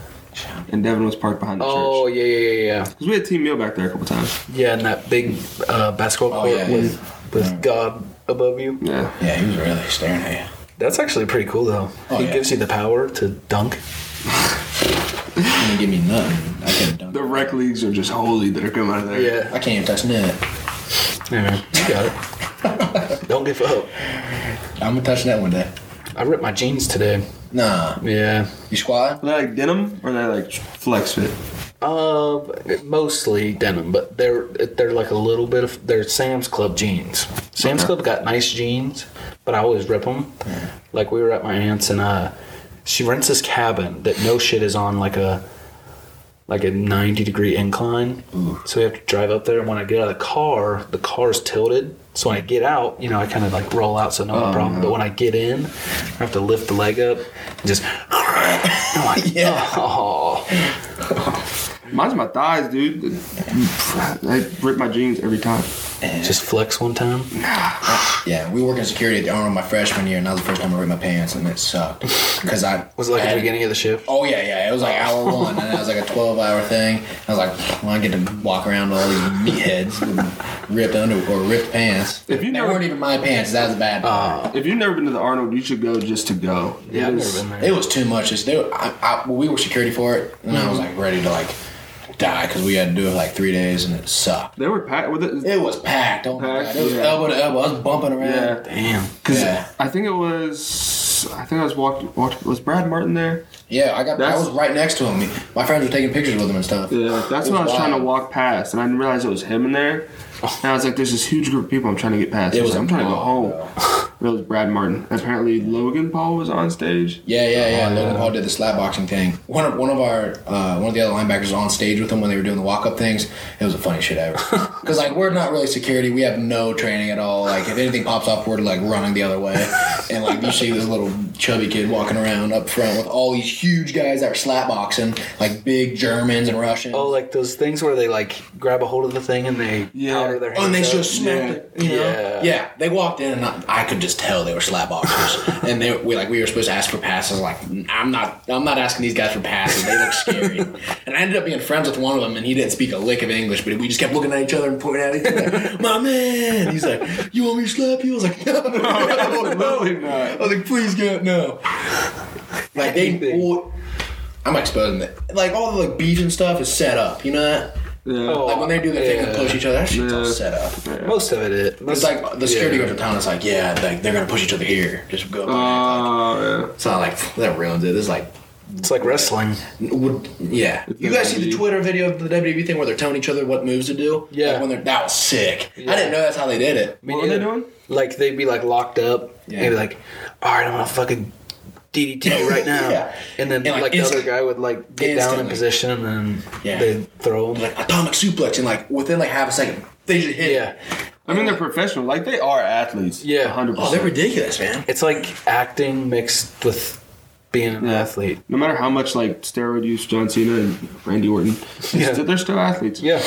and Devin was parked behind the Oh, church yeah, yeah, yeah, yeah. because we had team meal back there a couple times. Yeah, and that big uh, basketball Oh, court yeah, with, with Yeah. God above you. Yeah. Yeah, he was really staring at you. That's actually pretty cool, though. Oh, he yeah. gives you the power to dunk. It didn't give me nothing. I could have done. The rec leagues are just holy that are coming out of there. Yeah. I can't even touch net. Hey man, you got it. Don't give up. I'm gonna touch net one day. I ripped my jeans today. Nah, Yeah. you squat. Are they like denim or are they like flex fit? Uh, mostly denim, but they're they're like a little bit of they're Sam's Club jeans. Sam's Club got nice jeans, but I always rip them. Like we were at my aunt's and uh, she rents this cabin that no shit is on like a like a ninety degree incline. So we have to drive up there, and when I get out of the car, the car's tilted. So when I get out, you know, I kind of like roll out, so no problem. But when I get in, I have to lift the leg up and just. I'm like, Yeah. oh. Mine's my thighs, dude. I rip my jeans every time. Just flex one time. Yeah, we worked in security at the Arnold my freshman year, and that was the first time I ripped my pants, and it sucked. Cause I Was it like I at had- the beginning of the shift? Oh yeah, yeah. It was like hour one, and it was like a twelve-hour thing. I was like, well, I get to walk around with all these meatheads with ripped underwear, or ripped pants. If you they never- weren't even my pants, that was bad. If you've never been to the Arnold, you should go just to go. Yeah, I've It is- never been there. It was too much. It's, they, were- I, I, well, we were security for it, and I was like ready to like die because we had to do it for like three days, and it sucked. They were packed with it. It was packed. Oh my Packed, god, it was yeah. elbow to elbow. I was bumping around. Yeah. Damn. Because Yeah. I think it was. I think I was walked. walked was Brad Martin there? Yeah, I got. That's- I was right next to him. My friends were taking pictures with him and stuff. Yeah, that's It when I was wild. trying to walk past, and I didn't realize it was him in there. And I was like, "There's this huge group of people I'm trying to get past. It I was was like, I'm trying to go home." wild, But It was Brad Martin. Apparently, Logan Paul was on stage. Yeah, yeah, yeah. Logan Paul did the slap boxing thing. One of one of our uh, one of the other linebackers was on stage with him when they were doing the walk up things. It was the funniest shit ever. Because like we're not really security. We have no training at all. Like if anything pops off, we're like running the other way. And like you see this little chubby kid walking around up front with all these huge guys that are slap boxing, like big Germans and Russians. Oh, like those things where they like grab a hold of the thing and they Yeah. powder their hands. Oh, and they up. just smacked Yeah. it. You know? Yeah. Yeah. They walked in, and I, I could just tell they were slap boxers. and they we like we were supposed to ask for passes. Like I'm not I'm not asking these guys for passes. They look scary. and I ended up being friends with one of them, and he didn't speak a lick of English, but we just kept looking at each other and pointing at each other. My man. He's like, you want me to slap you? I was like, no, Oh. no, no. Absolutely not. I was like, please God, no. Like they. Anything. Well, I'm exposing it. Like all the like beef and stuff is set up. You know that. Yeah. Oh. Like when they do their thing and Yeah. push each other, that shit's all Yeah. set up. Most of it. it It's most, like the security yeah. guard of town is like, yeah, like they're gonna push each other here. Just go. Uh, yeah. it's not like that ruins it. It's like, It's like wrestling. would, yeah. You guys see the WWE. Twitter video of the WWE thing where they're telling each other what moves to do? Yeah. Like when they're that was sick. Yeah. I didn't know that's how they did it. Me What were they neither. doing? Like they'd be like locked up. Yeah. They'd be like, all right, I'm gonna fucking DDT you right now. Yeah. And then And, like, like, the inst- other guy would like get down in Instantly. position and then Yeah. they'd throw him. Like atomic suplex and like within like half a second they just hit. Yeah. I mean, they're professional. Like they are athletes. Yeah. hundred Oh, they're percent. ridiculous, man. It's like acting mixed with being an Yeah. athlete. No matter how much like steroid use John Cena and Randy Orton, they're Yeah. still- they're still athletes. Yeah.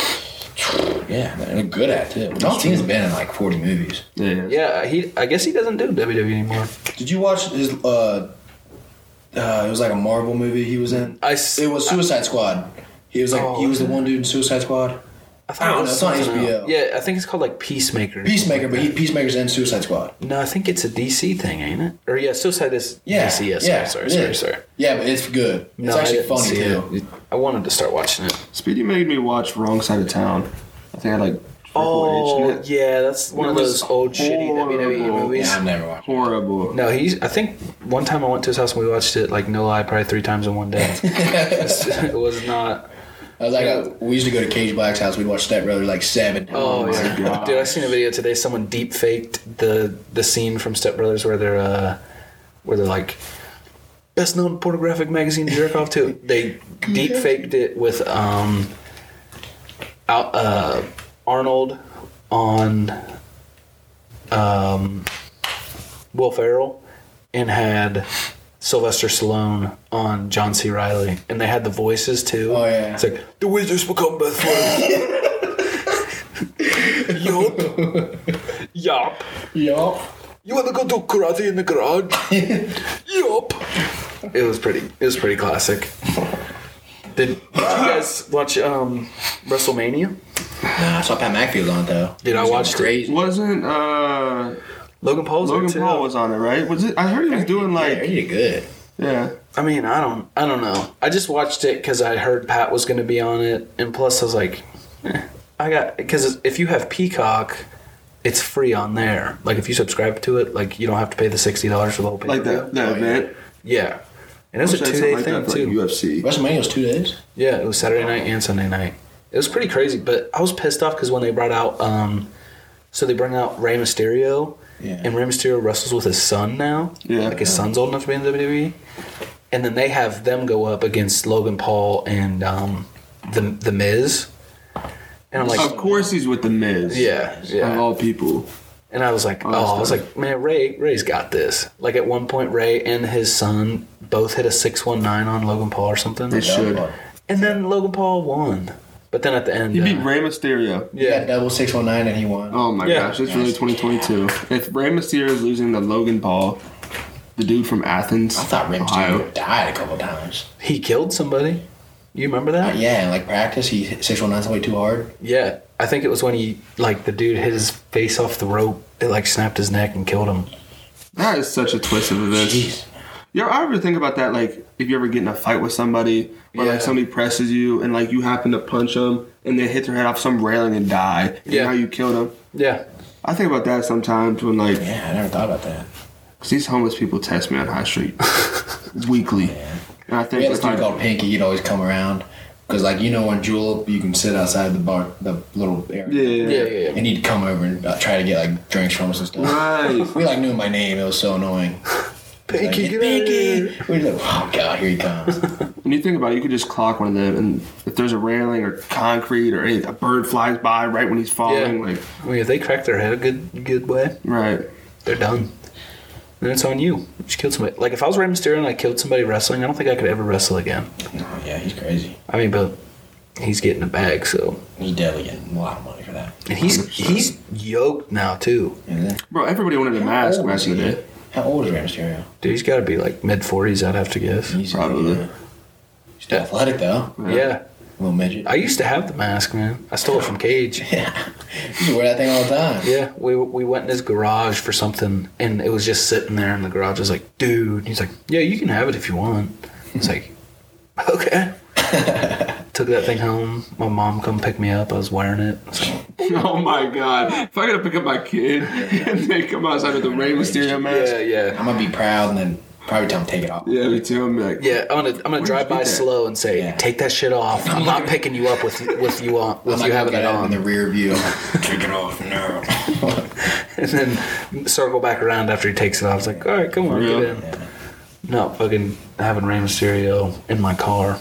Yeah, man, they're good at it. too. John Cena's been in like 40 movies. yeah. Yeah, he. I guess he doesn't do WWE anymore. Did you watch his? uh uh It was like a Marvel movie he was in. I s- It was Suicide Squad. He was like Oh, he was the okay. one dude in Suicide Squad. I I don't know, Oh, it's on something HBO. else. Yeah, I think it's called like Peacemaker. Peacemaker, but he Peacemaker's in Suicide Squad. No, I think it's a DC thing, ain't it? Or yeah, Suicide is Yeah, DC. Yeah, sorry, yeah, it sorry, sorry, is. sorry. Yeah, but it's good. It's actually funny see too. It. I wanted to start watching it. Speedy made me watch Wrong Side of Town. I think I had like triple Oh H. in it. yeah, that's one It of those was old shitty WWE horrible. movies. Yeah, I've never watched. it. horrible. No, he's. I think one time I went to his house and we watched it like no lie, probably three times in one day. it was not. I was like, uh, we used to go to Cage Black's house. We'd watch Step Brother like seven. Oh, times. yeah, gosh. dude! I seen a video today. Someone deep faked the the scene from Step Brothers where they're uh, where they're like best known pornographic magazine to jerk off to. They deep faked it with um, out, uh, Arnold on um, Will Ferrell and had. Sylvester Stallone on John C. Riley, and they had the voices too. Oh, yeah. it's like the wizards will come back. Yup. Yup. Yup. You want to go do karate in the garage? yup. It was pretty. It was pretty classic. Did, did you guys watch um, WrestleMania? Nah, I saw Pat McAfee on it, though. Dude, I It was watched it. crazy. Wasn't uh Logan Paul's Logan there too. Paul was on it, right? Was it? I heard he was doing Like, like he did good. Yeah. I mean, I don't, I don't know. I just watched it because I heard Pat was going to be on it, and plus I was like, eh, I got because if you have Peacock, it's free on there. Like if you subscribe to it, like you don't have to pay the sixty dollars for the whole pay. Like that, that event. Yeah, and it was Oh, a two Wish I had something day like thing that for, too. like, UFC. WrestleMania was two days. Yeah, it was Saturday night and Sunday night. It was pretty crazy, but I was pissed off because when they brought out, um, so they bring out Rey Mysterio, Yeah. and Rey Mysterio wrestles with his son now. Yeah. like his son's old enough to be in WWE, E. and then they have them go up against Logan Paul and um, the the Miz, and I'm of like, course, he's with the Miz. yeah, Of yeah, all people. and I was like, that's oh, I was tough. like, man, Ray Ray's got this. Like at one point, Ray and his son both hit a six one nine on Logan Paul or something, They should. and then Logan Paul won. But then at the end, He uh, beat Rey Mysterio. Yeah, Yeah. double six one nine, and he won. Oh my Yeah. gosh, it's really 2022. If Rey Mysterio is losing to Logan Paul, the dude from Athens, I thought Rey Ohio, Mysterio died a couple times. He killed somebody. You remember that? Yeah, in, like practice, he six one nine somebody too hard. Yeah. I think it was when he like the dude hit his face off the rope. It like snapped his neck and killed him. that is such a twist of events. Jeez. You ever, I ever think about that? Like, if you ever get in a fight with somebody, or Yeah. like somebody presses you, and like you happen to punch them, and they hit their head off some railing and die, and Yeah. how you killed them. Yeah. I think about that sometimes when like Yeah, I never thought about that. 'cause these homeless people test me on High Street weekly, and I We think had this if I- dude called Pinky. He'd always come around because, like, you know, when Jewel, you can sit outside the bar, the little area. yeah, yeah, Yeah. yeah. Yeah. yeah. And he'd come over and uh, try to get like drinks from us and stuff. Right. We like knew my name. It was so annoying. Like, Pinky, "Hey, get Pinky. We're like, oh god, here he comes. When you think about it, you could just clock one of them, and if there's a railing or concrete or anything, a bird flies by right when he's falling, Oh, Yeah. like I mean, if they crack their head a good good way, right. they're done. Then it's on you. You just killed somebody. Like if I was Rey Mysterio and I killed somebody wrestling, I don't think I could ever wrestle again. No, yeah, he's crazy. I mean, but he's getting a bag, so He's definitely getting a lot of money for that. and he's he's yoked now too. And then- Bro, everybody wanted a How mask old back is in the he? day. How old is Rey Mysterio? Dude, he's got to be like mid forties. I'd have to guess. He's Probably. uh, he's still athletic though. Yeah, Little midget. I used to have the mask, man. I stole it from Cage. yeah, he should wear that thing all the time. Yeah, we we went in his garage for something, and it was just sitting there in the garage. I was like, dude. He's like, yeah, you can have it if you want. I was like, okay. Took that thing home. My mom come pick me up. I was wearing it. I was like, Oh my god! If I gotta pick up my kid and they come outside with a Rey Mysterio mask, yeah, yeah, I'm gonna be proud and then probably tell him to take it off. yeah, me too. I'm like, yeah. I'm gonna I'm gonna drive by get that? slow and say, Yeah. take that shit off. I'm not picking you up with with you on I'm with not you gonna having get it out in the on, rear view. take it off now. and then circle back around after he takes it off. I was like, all right, come on, real? get in. No, fucking having Rey Mysterio in my car.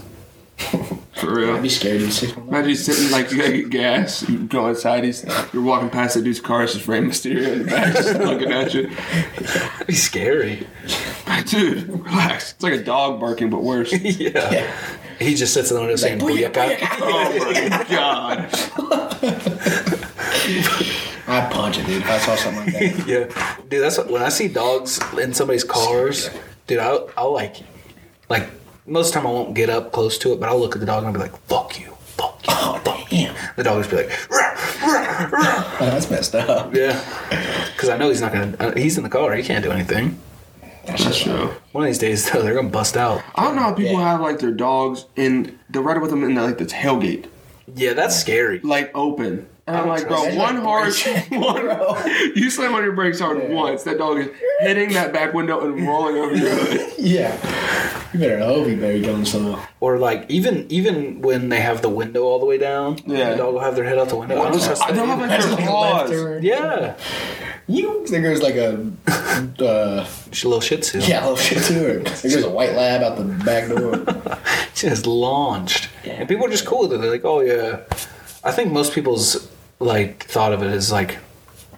for I'd real. be scared of six one. Imagine you sitting like you gotta get gas, you go inside, he's you're walking past the dude's car, it's just Rey Mysterio in the back, just looking at you. That'd be scary. Like, dude, relax. It's like a dog barking, but worse. yeah. Yeah. He just sits in the window saying "Booyaka." Oh my god! I'd punch it, dude. If I saw something like that. Yeah, dude, that's what, when I see dogs in somebody's cars, dude. I'll, I'll like, like most of the time I won't get up close to it, but I'll look at the dog and I'll be like, "Fuck you, fuck you." Oh damn, The dog will just be like, "Rah, rah, rah." Oh, that's messed up. "Yeah," because I know he's not gonna. Uh, he's in the car. He can't do anything. That's That's just true. One of these days, though, they're gonna bust out. I don't know how people Yeah. have like their dogs and they're right with them in the, like the tailgate, Yeah, that's scary. like open. And I'm like, bro, Imagine, one like, horse, brake- one. You slam on your brakes hard once, that dog is hitting that back window and rolling over your hood. Yeah, you better hope you better go somewhere. Or like even even when they have the window all the way down, Yeah. the dog will have their head out the window. Oh, I was just I don't like, have like That's their like a left paws. turn. yeah, You there goes like a uh, she's a little Shih Tzu. yellow shit to it. There goes a white lab out the back door. She has launched, and people are just cool with it. They're like, "Oh yeah." I think most people's like thought of it is like,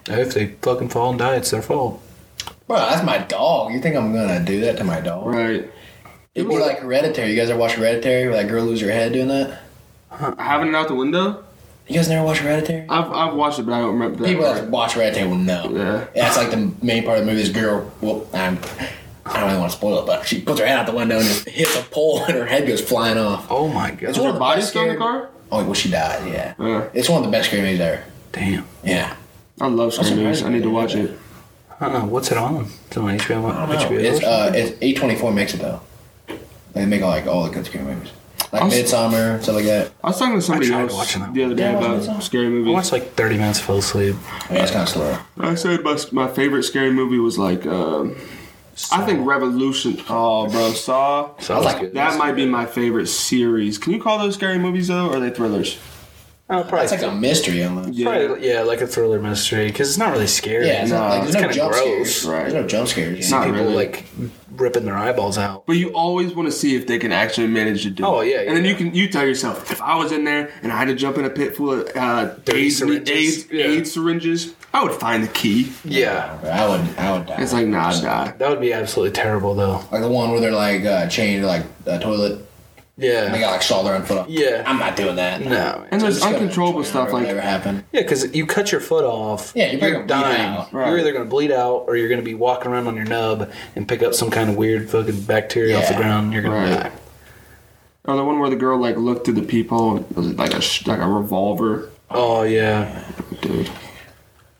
if they fucking fall and die, it's their fault. Bro, that's my dog. You think I'm gonna do that to my dog? Right. It'd be like Hereditary. You guys ever watch Hereditary where that girl lose her head doing that? Having it out the window, You guys never watch Hereditary? I've, I've watched it, but I don't remember that. People part. that watch Hereditary will know. Yeah. That's like the main part of the movie. This girl, well, I'm, I don't really want to spoil it, but she puts her head out the window and just hits a pole and her head goes flying off. Oh my god! It's one Her of the body's best still in the scary- car. Oh, well, she died, yeah. Yeah. It's one of the best scary movies ever. Damn. Yeah. I love scary movies. I surprising. need to watch it. I don't know. What's it on? It's on HBO. I don't know. HBO It's uh, it's eight twenty four makes it though. They make all like all the good scary movies, like I'll s- Midsummer stuff like that. I was talking to somebody tried else watching that the other day Yeah, I watched that song. about scary I movies. watched like 30 minutes, fell asleep. I mean, it's kind of slow. I said my, my favorite scary movie was like um, I think Revolution. Oh, bro, Saw. So I was like good. That might be my favorite series. Can you call those scary movies though, or are they thrillers? Oh, probably, It's like a mystery almost. yeah. probably, yeah, like a thriller mystery because it's not really scary. Yeah, it's Nah, not, like, it's there's no kinda jump gross, scares. right. There's no jump scares. not people really. like ripping their eyeballs out. But you always want to see if they can actually manage to do. Oh, it. yeah, yeah, and then you yeah. can you tell yourself if I was in there and I had to jump in a pit full of uh, Dirty AIDS, syringes. AIDS, Yeah. AIDS syringes, I would find the key. Yeah, I would, I would die. It's like nah, I'd die. that would be absolutely terrible though. Like the one where they're like uh, chained to like a toilet. They Yeah, got like shoulder and foot. up. Yeah. I'm not doing that. no, And I'm there's just gonna uncontrollable enjoy stuff whatever like ever happened. yeah, because you cut your foot off. Yeah, you're probably gonna bleed out. Right. You're either going to bleed out or you're going to be walking around on your nub and pick up some kind of weird fucking bacteria off the Yeah. ground. and You're going Right. to die. or Oh, the one where the girl like looked through the peephole. and It was like a sh- like a revolver, Oh yeah, dude.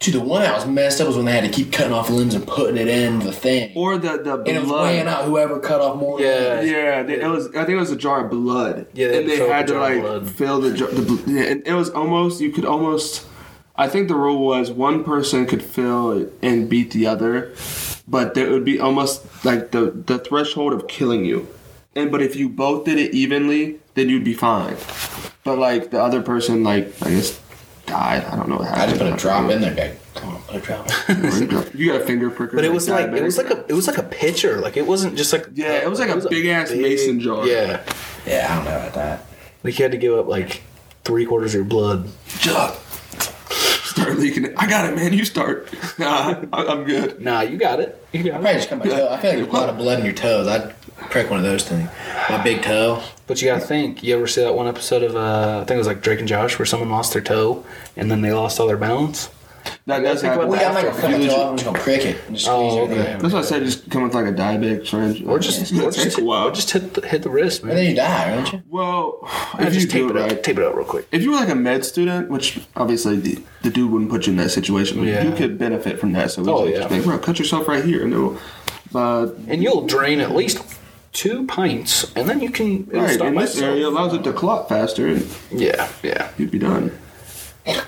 Dude, the one that was messed up was when they had to keep cutting off limbs and putting it in the thing. Or the the and it was weighing blood. out whoever cut off more. Yeah. Yeah, they- it was. I think it was a jar of blood. Yeah, they and they filled had the to jar of like blood. fill the jar. The, bl- yeah, and it was almost. You could almost. I think the rule was one person could fill it and beat the other, but there would be almost like the the threshold of killing you. And but if you both did it evenly, then you'd be fine. But like the other person, like I guess died. I don't know what I happened. just put a drop in there, guy. Come on, put a drop. in. You got a finger pricker. but it was like it diabetic. was like a it was like a pitcher. Like it wasn't just like Yeah, it was like a big-ass mason jar. Yeah, yeah, I don't know about that. like you had to give up like three quarters of your blood. Jump. Start leaking it. I got it, man. You start. Nah, I- I'm good. Nah, you got it. You got Probably it. just cut my toe. I feel like there's a lot of blood in your toes. I'd prick one of those things. My big toe. But you gotta think. You ever see that one episode of uh, I think it was like Drake and Josh where someone lost their toe and then they lost all their balance. That does think happen. about Well, yeah, I'm not gonna cut You my lose toe. your- I'm just gonna prick it. And just Oh, squeeze okay. it. That's why I said just come with like a diabetic syringe. Or just or Take just a hit, while. or just hit the, hit the wrist, And then man. you die, aren't you? well, Or if you just do tape it it up, right. tape it up real quick. If you were like a med student, which obviously the, the dude wouldn't put you in that situation, but you Yeah. could benefit from that. So we Oh, just yeah. like, bro, cut yourself right here. No, uh, and you'll drain at least two pints, and then you can it'll right stop in this itself. area allows it to clot faster, and Yeah, yeah. you'd be done.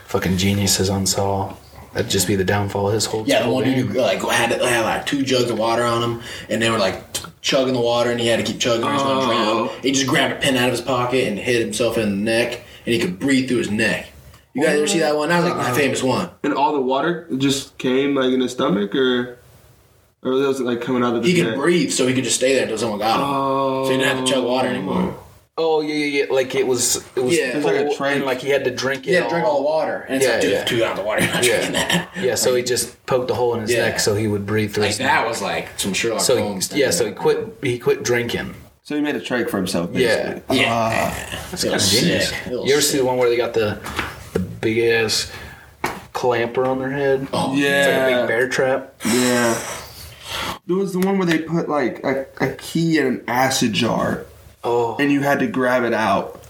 Fucking geniuses on Saw. That'd just be the downfall of his whole. Yeah, the whole one game. dude who, like had, had like two jugs of water on him, and they were like chugging the water, and he had to keep chugging. Or he's gonna drown. Oh. He just grabbed a pin out of his pocket and hit himself in the neck, and he could breathe through his neck. You guys ever see that one? That was like Oh. my famous one. And all the water just came like in his stomach, or or was it like coming out of the He could breathe, so he could just stay there until someone got him, so he didn't have to chug water anymore. Oh yeah, yeah, yeah. Like it was, it was. Yeah. It was like a full, drink. and, like he had to drink it. Yeah, drink all the water, and it's Yeah, like dude, yeah. two out of the water. You're not drinking Yeah, that. yeah. So he just poked a hole in his Yeah. neck so he would breathe through. Like his neck. that was like some Sherlock So Holmes. he, yeah, so he quit. He quit drinking. So he made a trike for himself. Yeah. Basically. yeah, that's kind Ah. Genius. Oh, You ever see the one where they got the the big ass clamper on their head? Oh, It's like a Yeah. big bear trap. yeah. There was the one where they put like a, a key in an acid jar, Oh, and you had to grab it out.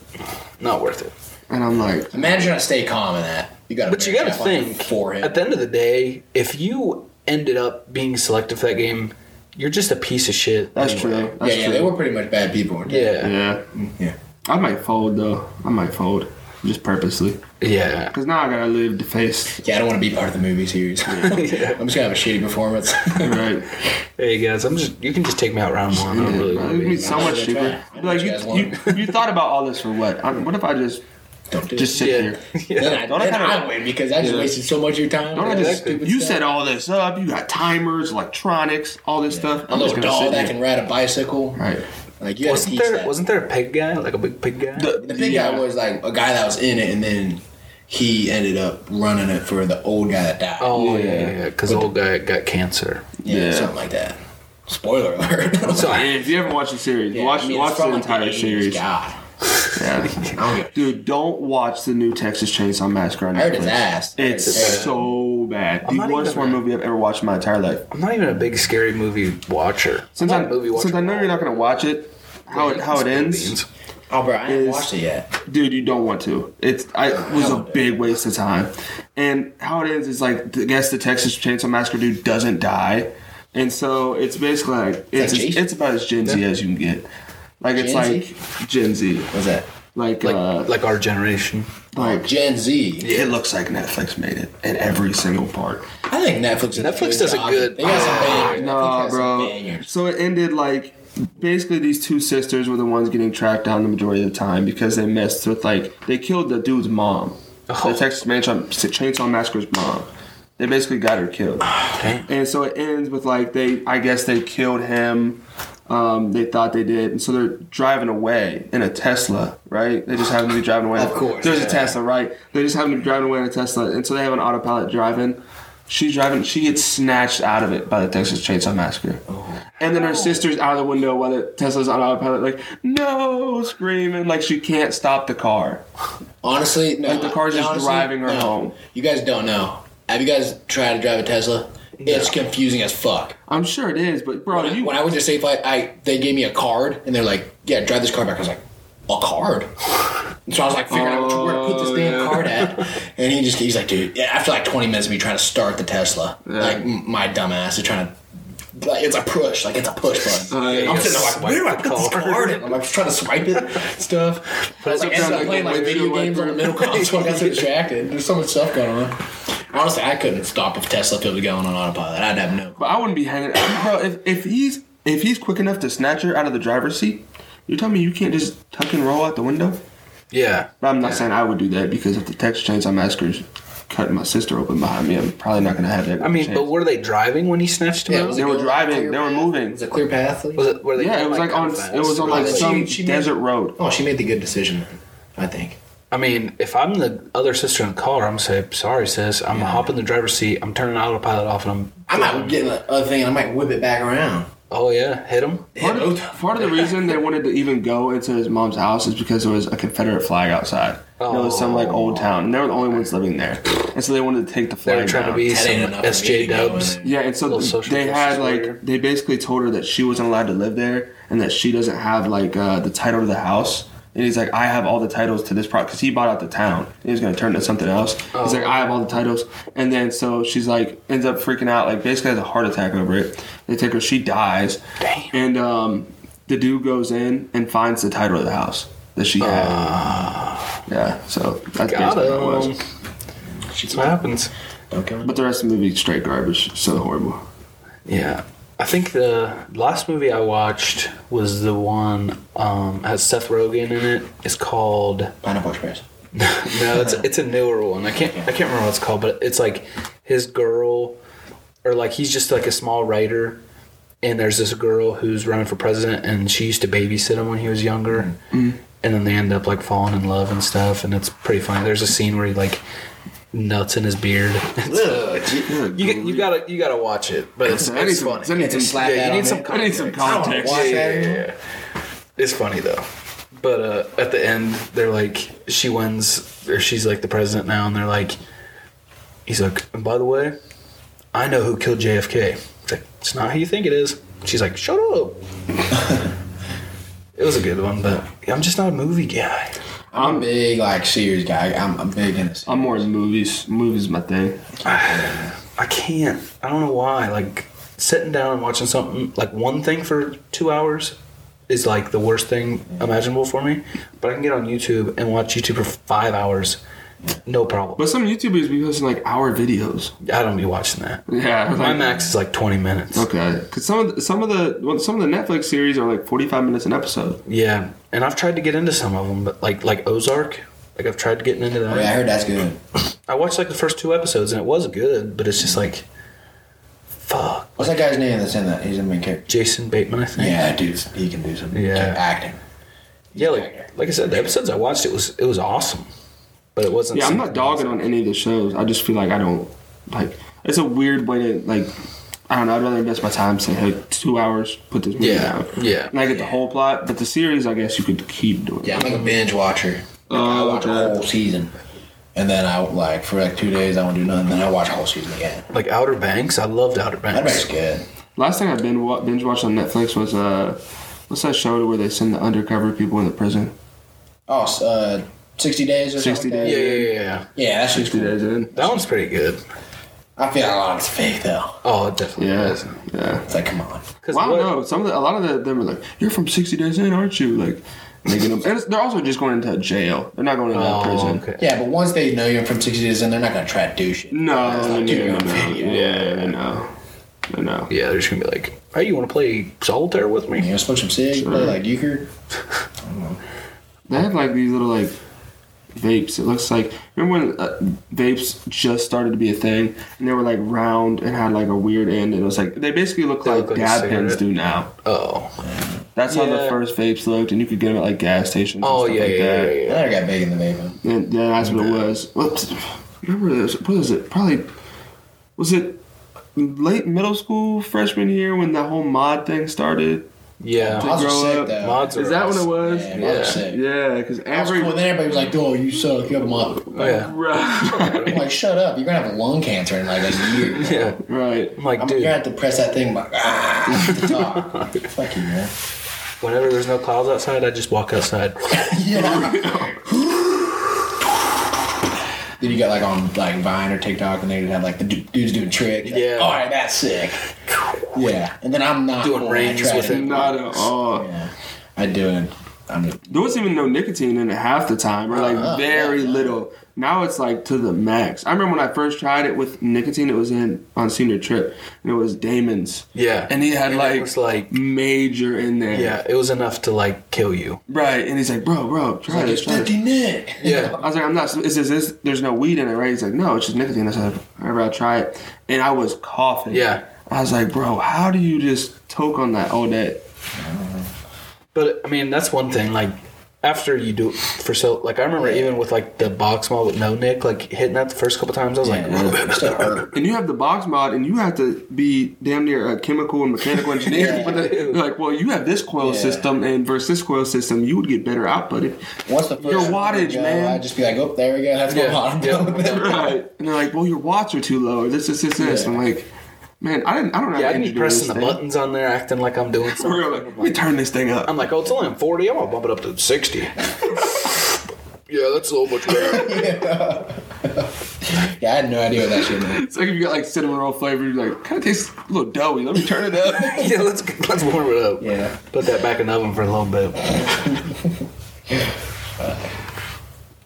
not worth it. And I'm like, Imagine trying to stay calm in that. You got, But you got to think for it. at the end of the day, if you ended up being selected for that game, you're just a piece of shit. that's anyway. true. yeah, That's yeah, true. they were pretty much bad people. weren't they? Yeah, yeah. yeah. I might fold though. I might fold just purposely, yeah. cause now I gotta live the face. Yeah, I don't want to be part of the movie series. I'm just gonna have a shitty performance. Right. Hey guys, I'm just you can just take me out round one. I don't really want to It'd be. be so much cheaper. Like you, you, you thought about all this for what? I, what if I just don't do it. just sit Yeah, here? Then yeah. I, Don't I then kinda- I win because I just Yeah. wasted so much of your time. Don't I with that just? stupid You stuff. set all this up. You got timers, electronics, all this stuff. a uh, I'm just little gonna dog sit that here. can ride a bicycle. Right. Like you Wasn't had to teach there that. wasn't there a pig guy like a big pig guy? the big guy was like a guy that was in it, and then he ended up running it for the old guy that died. oh yeah, yeah. yeah, because old guy got cancer. yeah, yeah. something like that. Spoiler alert. So And if you ever watch the series, Yeah, watch I mean, it's watch the from, like, entire 80s. series. God, Yeah. I don't give a Dude, don't watch the new Texas Chainsaw Massacre. On I heard his Netflix. ass. It's Yeah. so bad. I'm The not worst even- horror movie I've ever watched in my entire life. I'm not even a big scary movie watcher. Since I'm I not a movie watcher. since I know you're not gonna watch it, how it how it ends, Beans. Oh, bro, I haven't Is- watched it yet. dude, you don't want to. It's I it was a hell, dude. big waste of time. And how it ends is like I guess the Texas Chainsaw Massacre dude doesn't die, and so it's basically like it's like Jason? it's about as Gen Z as you can get. Like it's Gen like Gen Z, What's that? like like uh, like our generation. like Gen Z. I it looks like Netflix made it in every single part. think Netflix. Is Netflix does a job. good- They got some bangers. Netflix No, has some bro. bangers. So it ended like basically these two sisters were the ones getting tracked down the majority of the time because they messed with like they killed the dude's mom, Oh. the Texas Chainsaw, Chainsaw Massacre's mom. They basically got her killed, and so it ends with like they I guess they killed him. Um, they thought they did, and so they're driving away in a Tesla, right? They just happen to be driving away. Of course, there's a yeah. Tesla, right? They just happen to be driving away in a Tesla, and so they have an autopilot driving. She's driving. She gets snatched out of it by the Texas Chainsaw Massacre, Oh. and then her sister's out of the window while the Tesla's on autopilot, like no, screaming, like she can't stop the car. Honestly, no. Like, the car's just honestly, driving her no. home. You guys don't know. Have you guys tried to drive a Tesla? It's confusing as fuck. I'm sure it is, but bro, you When I went to Safe Light, I they gave me a card and they're like, "Yeah, drive this car back." I was like, "A card?" And so I was like, figuring out where to put this damn card at. And he just he's like, "Dude, yeah." After like 20 minutes of me trying to start the Tesla, like m- my dumbass is trying to, like, it's a push, like it's a push button. yeah, I'm sitting there swipe like, Oh, "Where do I the put this card." card?" in? I'm like, trying to swipe it, stuff. But it's up it's like, ended down up like playing the like video windshield games on the middle console. I got so distracted. There's so much stuff going on. Honestly, I couldn't stop if Tesla was going on autopilot. I'd have no. clue. But I wouldn't be hanging, bro. If, if he's if he's quick enough to snatch her out of the driver's seat, you're telling me you can't just tuck and roll out the window? Yeah. But I'm not saying I would do that because if the Texas Chainsaw Massacre's cutting my sister open behind me, I'm probably not gonna have that. I mean, chance. but were they driving when he snatched him Yeah, out? was they it were going, like, driving, clear they were path? moving. It's a clear path. like- Was it, were they Yeah, going, it was like on compass? it was on like Like, she- some she made- desert road. Oh, she made the good decision then. I think. I mean, if I'm the other sister in the car, I'm gonna say, sorry, sis. I'm gonna hop in the driver's seat. I'm turning autopilot off, and I'm, I might get the other thing. and I might whip it back around. oh yeah, hit him. Part of, Yeah, part of the reason they wanted to even go into his mom's house is because there was a Confederate flag outside. There was some like old town, and they were the only ones living there, and so they wanted to take the Oh. They flag. were trying to down. be That ain't some enough for me SJ to go Dubs. in. Yeah, and so Little th- social they had justice like warrior. they basically told her that she wasn't allowed to live there, and that she doesn't have like uh, the title to the house. And he's like, I have all the titles to this property because he bought out the town. He was gonna turn it to something else. He's Oh. like, I have all the titles, and then so she's like, ends up freaking out, like basically has a heart attack over it. They take her, she dies, Damn. and um, the dude goes in and finds the title of the house that she had. yeah, so that's Uh, Got basically what it was. him. That's what happens. Don't come in. But the rest of the movie is straight garbage, so horrible. Yeah. I think the last movie I watched was the one um, has Seth Rogen in it. It's called Pineapple Express. no, it's it's a newer one. I can't I can't remember what it's called, but it's like his girl, or like he's just like a small writer, and there's this girl who's running for president, and she used to babysit him when he was younger, and then they end up like falling in love and stuff, and it's pretty funny. There's a scene where he like nuts in his beard. you get- you gotta you gotta watch it, but it's, I need it's some- funny. I need some- It's- yeah, you need some I need some context. yeah, yeah, yeah, yeah. It's funny though. But uh, at the end, they're like, she wins, or she's like the president now, and they're like, he's like, and by the way, I know who killed JFK. It's like, it's not who you think it is. She's like, shut up. it was a good one, but I'm just not a movie guy. I'm a big like series guy. I'm, I'm big into. I'm more in movies. Movies is my thing. I can't. I don't know why. Like sitting down and watching something, like one thing for two hours, is like the worst thing imaginable for me. But I can get on YouTube and watch YouTube for five hours, no problem. But some YouTubers be posting like hour videos. I don't be watching that. Yeah, My like, max is like twenty minutes. Okay, because some of the, some of the well, some of the Netflix series are like 45 minutes an episode. Yeah, and I've tried to get into some of them, but like like Ozark. Like I've tried getting into that. Oh, Yeah, I heard that's good. I watched like the first two episodes and it was good, but it's just like, fuck. What's that guy's name that's in that? He's a main character. Jason Bateman, I think. Yeah, dude, he can do some Yeah. acting. Yeah, like like I said, the episodes I watched, it was it was awesome, but it wasn't. Yeah, I'm something- not dogging on any of the shows. I just feel like I don't like. It's a weird way to like. I don't know. I'd rather invest my time. Say, hey, two hours. Put this movie Yeah, down. yeah. And I get the whole plot, but the series, I guess you could keep doing. Yeah, I'm like a binge watcher. Like, I Oh, watch a okay. whole season, and then I like for like two days I won't do nothing. Then I watch a whole season again. Like Outer Banks, I loved Outer That Banks. makes good. Last thing I binge wa- binge watched on Netflix was uh, what's that show where they send the undercover people into prison? Oh, s- uh, sixty days or 60 something. like that? Yeah, days. yeah, yeah, yeah. Yeah, that's just Sixty cool. days in. That one's pretty good. I feel a lot of it's fake though. Oh, it definitely. Yeah, is. yeah. It's like, come on. 'Cause Well, I what- don't know. Some of the, a lot of the, them are like, "You're from sixty days in, aren't you?" Like, making them. And it's, they're also just going into jail. They're not going into Oh, prison. okay. Yeah, but once they know you're from sixty days in, they're not gonna try to do shit. No, That's no, not too no, no, good no. video. Yeah, no, no, no. Yeah, they're just gonna be like, "Hey, you want to play solitaire with You me?" know, smoke some cig, play like euchre. They have like these little like vapes. It looks like remember when uh, vapes just started to be a thing, and they were like round and had like a weird end, and it was like they basically look They like look like a dab pens cigarette. do now. Oh, That's how the Yeah. first vapes looked, and you could get them at like gas stations. oh and yeah, stuff yeah, like yeah, that. yeah, I never got big in the vapor. And yeah, that's what it was. What, remember this? What is it? Probably was it late middle school freshman year when the whole mod thing started. yeah. To Mods are grow sick, up. though. Mods Is are that what it awesome. was? Yeah, mods Yeah. are sick. Yeah, because That's every cool. Then everybody was like, "Oh, you suck. You have a mop." Oh, yeah, right, I'm like, "Shut up. You're gonna have lung cancer in like a year." yeah. right. I'm like, I'm dude, gonna have to press that thing like ah, to talk. Fuck you, man. whenever there's no clouds outside, I just walk outside. Yeah. then you got like on like Vine or TikTok, and they would have like the du- dudes doing tricks. Like, Yeah. All right, that's sick. Yeah. And then I'm not Doing going to rings try with to- it. Not at all. Yeah. I do it. I'm just, There wasn't even no nicotine in it half the time, or like Uh-huh. very Yeah. little. Now it's like to the max. I remember when I first tried it with nicotine. It was in on senior trip, and it was Damon's. Yeah, and he had it like, was like, major in there. yeah, it was enough to like kill you. right. And he's like, bro, bro, try like, this. it's Try this. 50 nick. Yeah, I was like, I'm not. It says this, there's no weed in it, right? He's like, no, it's just nicotine. I said, whenever I try it, and I was coughing. Yeah. I was like, bro, how do you just toke on that all day? but I mean, that's one thing. Like after you do it for so, like I remember even with like the box mod with no nick, like hitting that the first couple times, I was like, It still hurt. And you have the box mod, and you have to be damn near a chemical and mechanical engineer. Yeah. But they- they're like, well, you have this coil Yeah. system, and versus this coil system, you would get better output. If, Once the first Your one wattage, go, man. I'd just be like, oh, there we go. That's Yeah, yeah. what I'm yeah. done with it. right. And they're like, well, your watts are too low, or this, this, this, this. Yeah. I'm like, man, I didn't. I don't know. yeah, how I to be engineer pressing this the thing. buttons on there, acting like I'm doing something. We're like, let me turn this thing up. I'm like, oh, it's only on 40. I'm gonna bump it up to 60. yeah, that's a little much better. Yeah, I had no idea what that shit meant. It's like if you got like cinnamon roll flavor, you're like, kind of tastes a little doughy. Let me turn it up. yeah, let's let's warm it up. Yeah. Put that back in the oven for a little bit.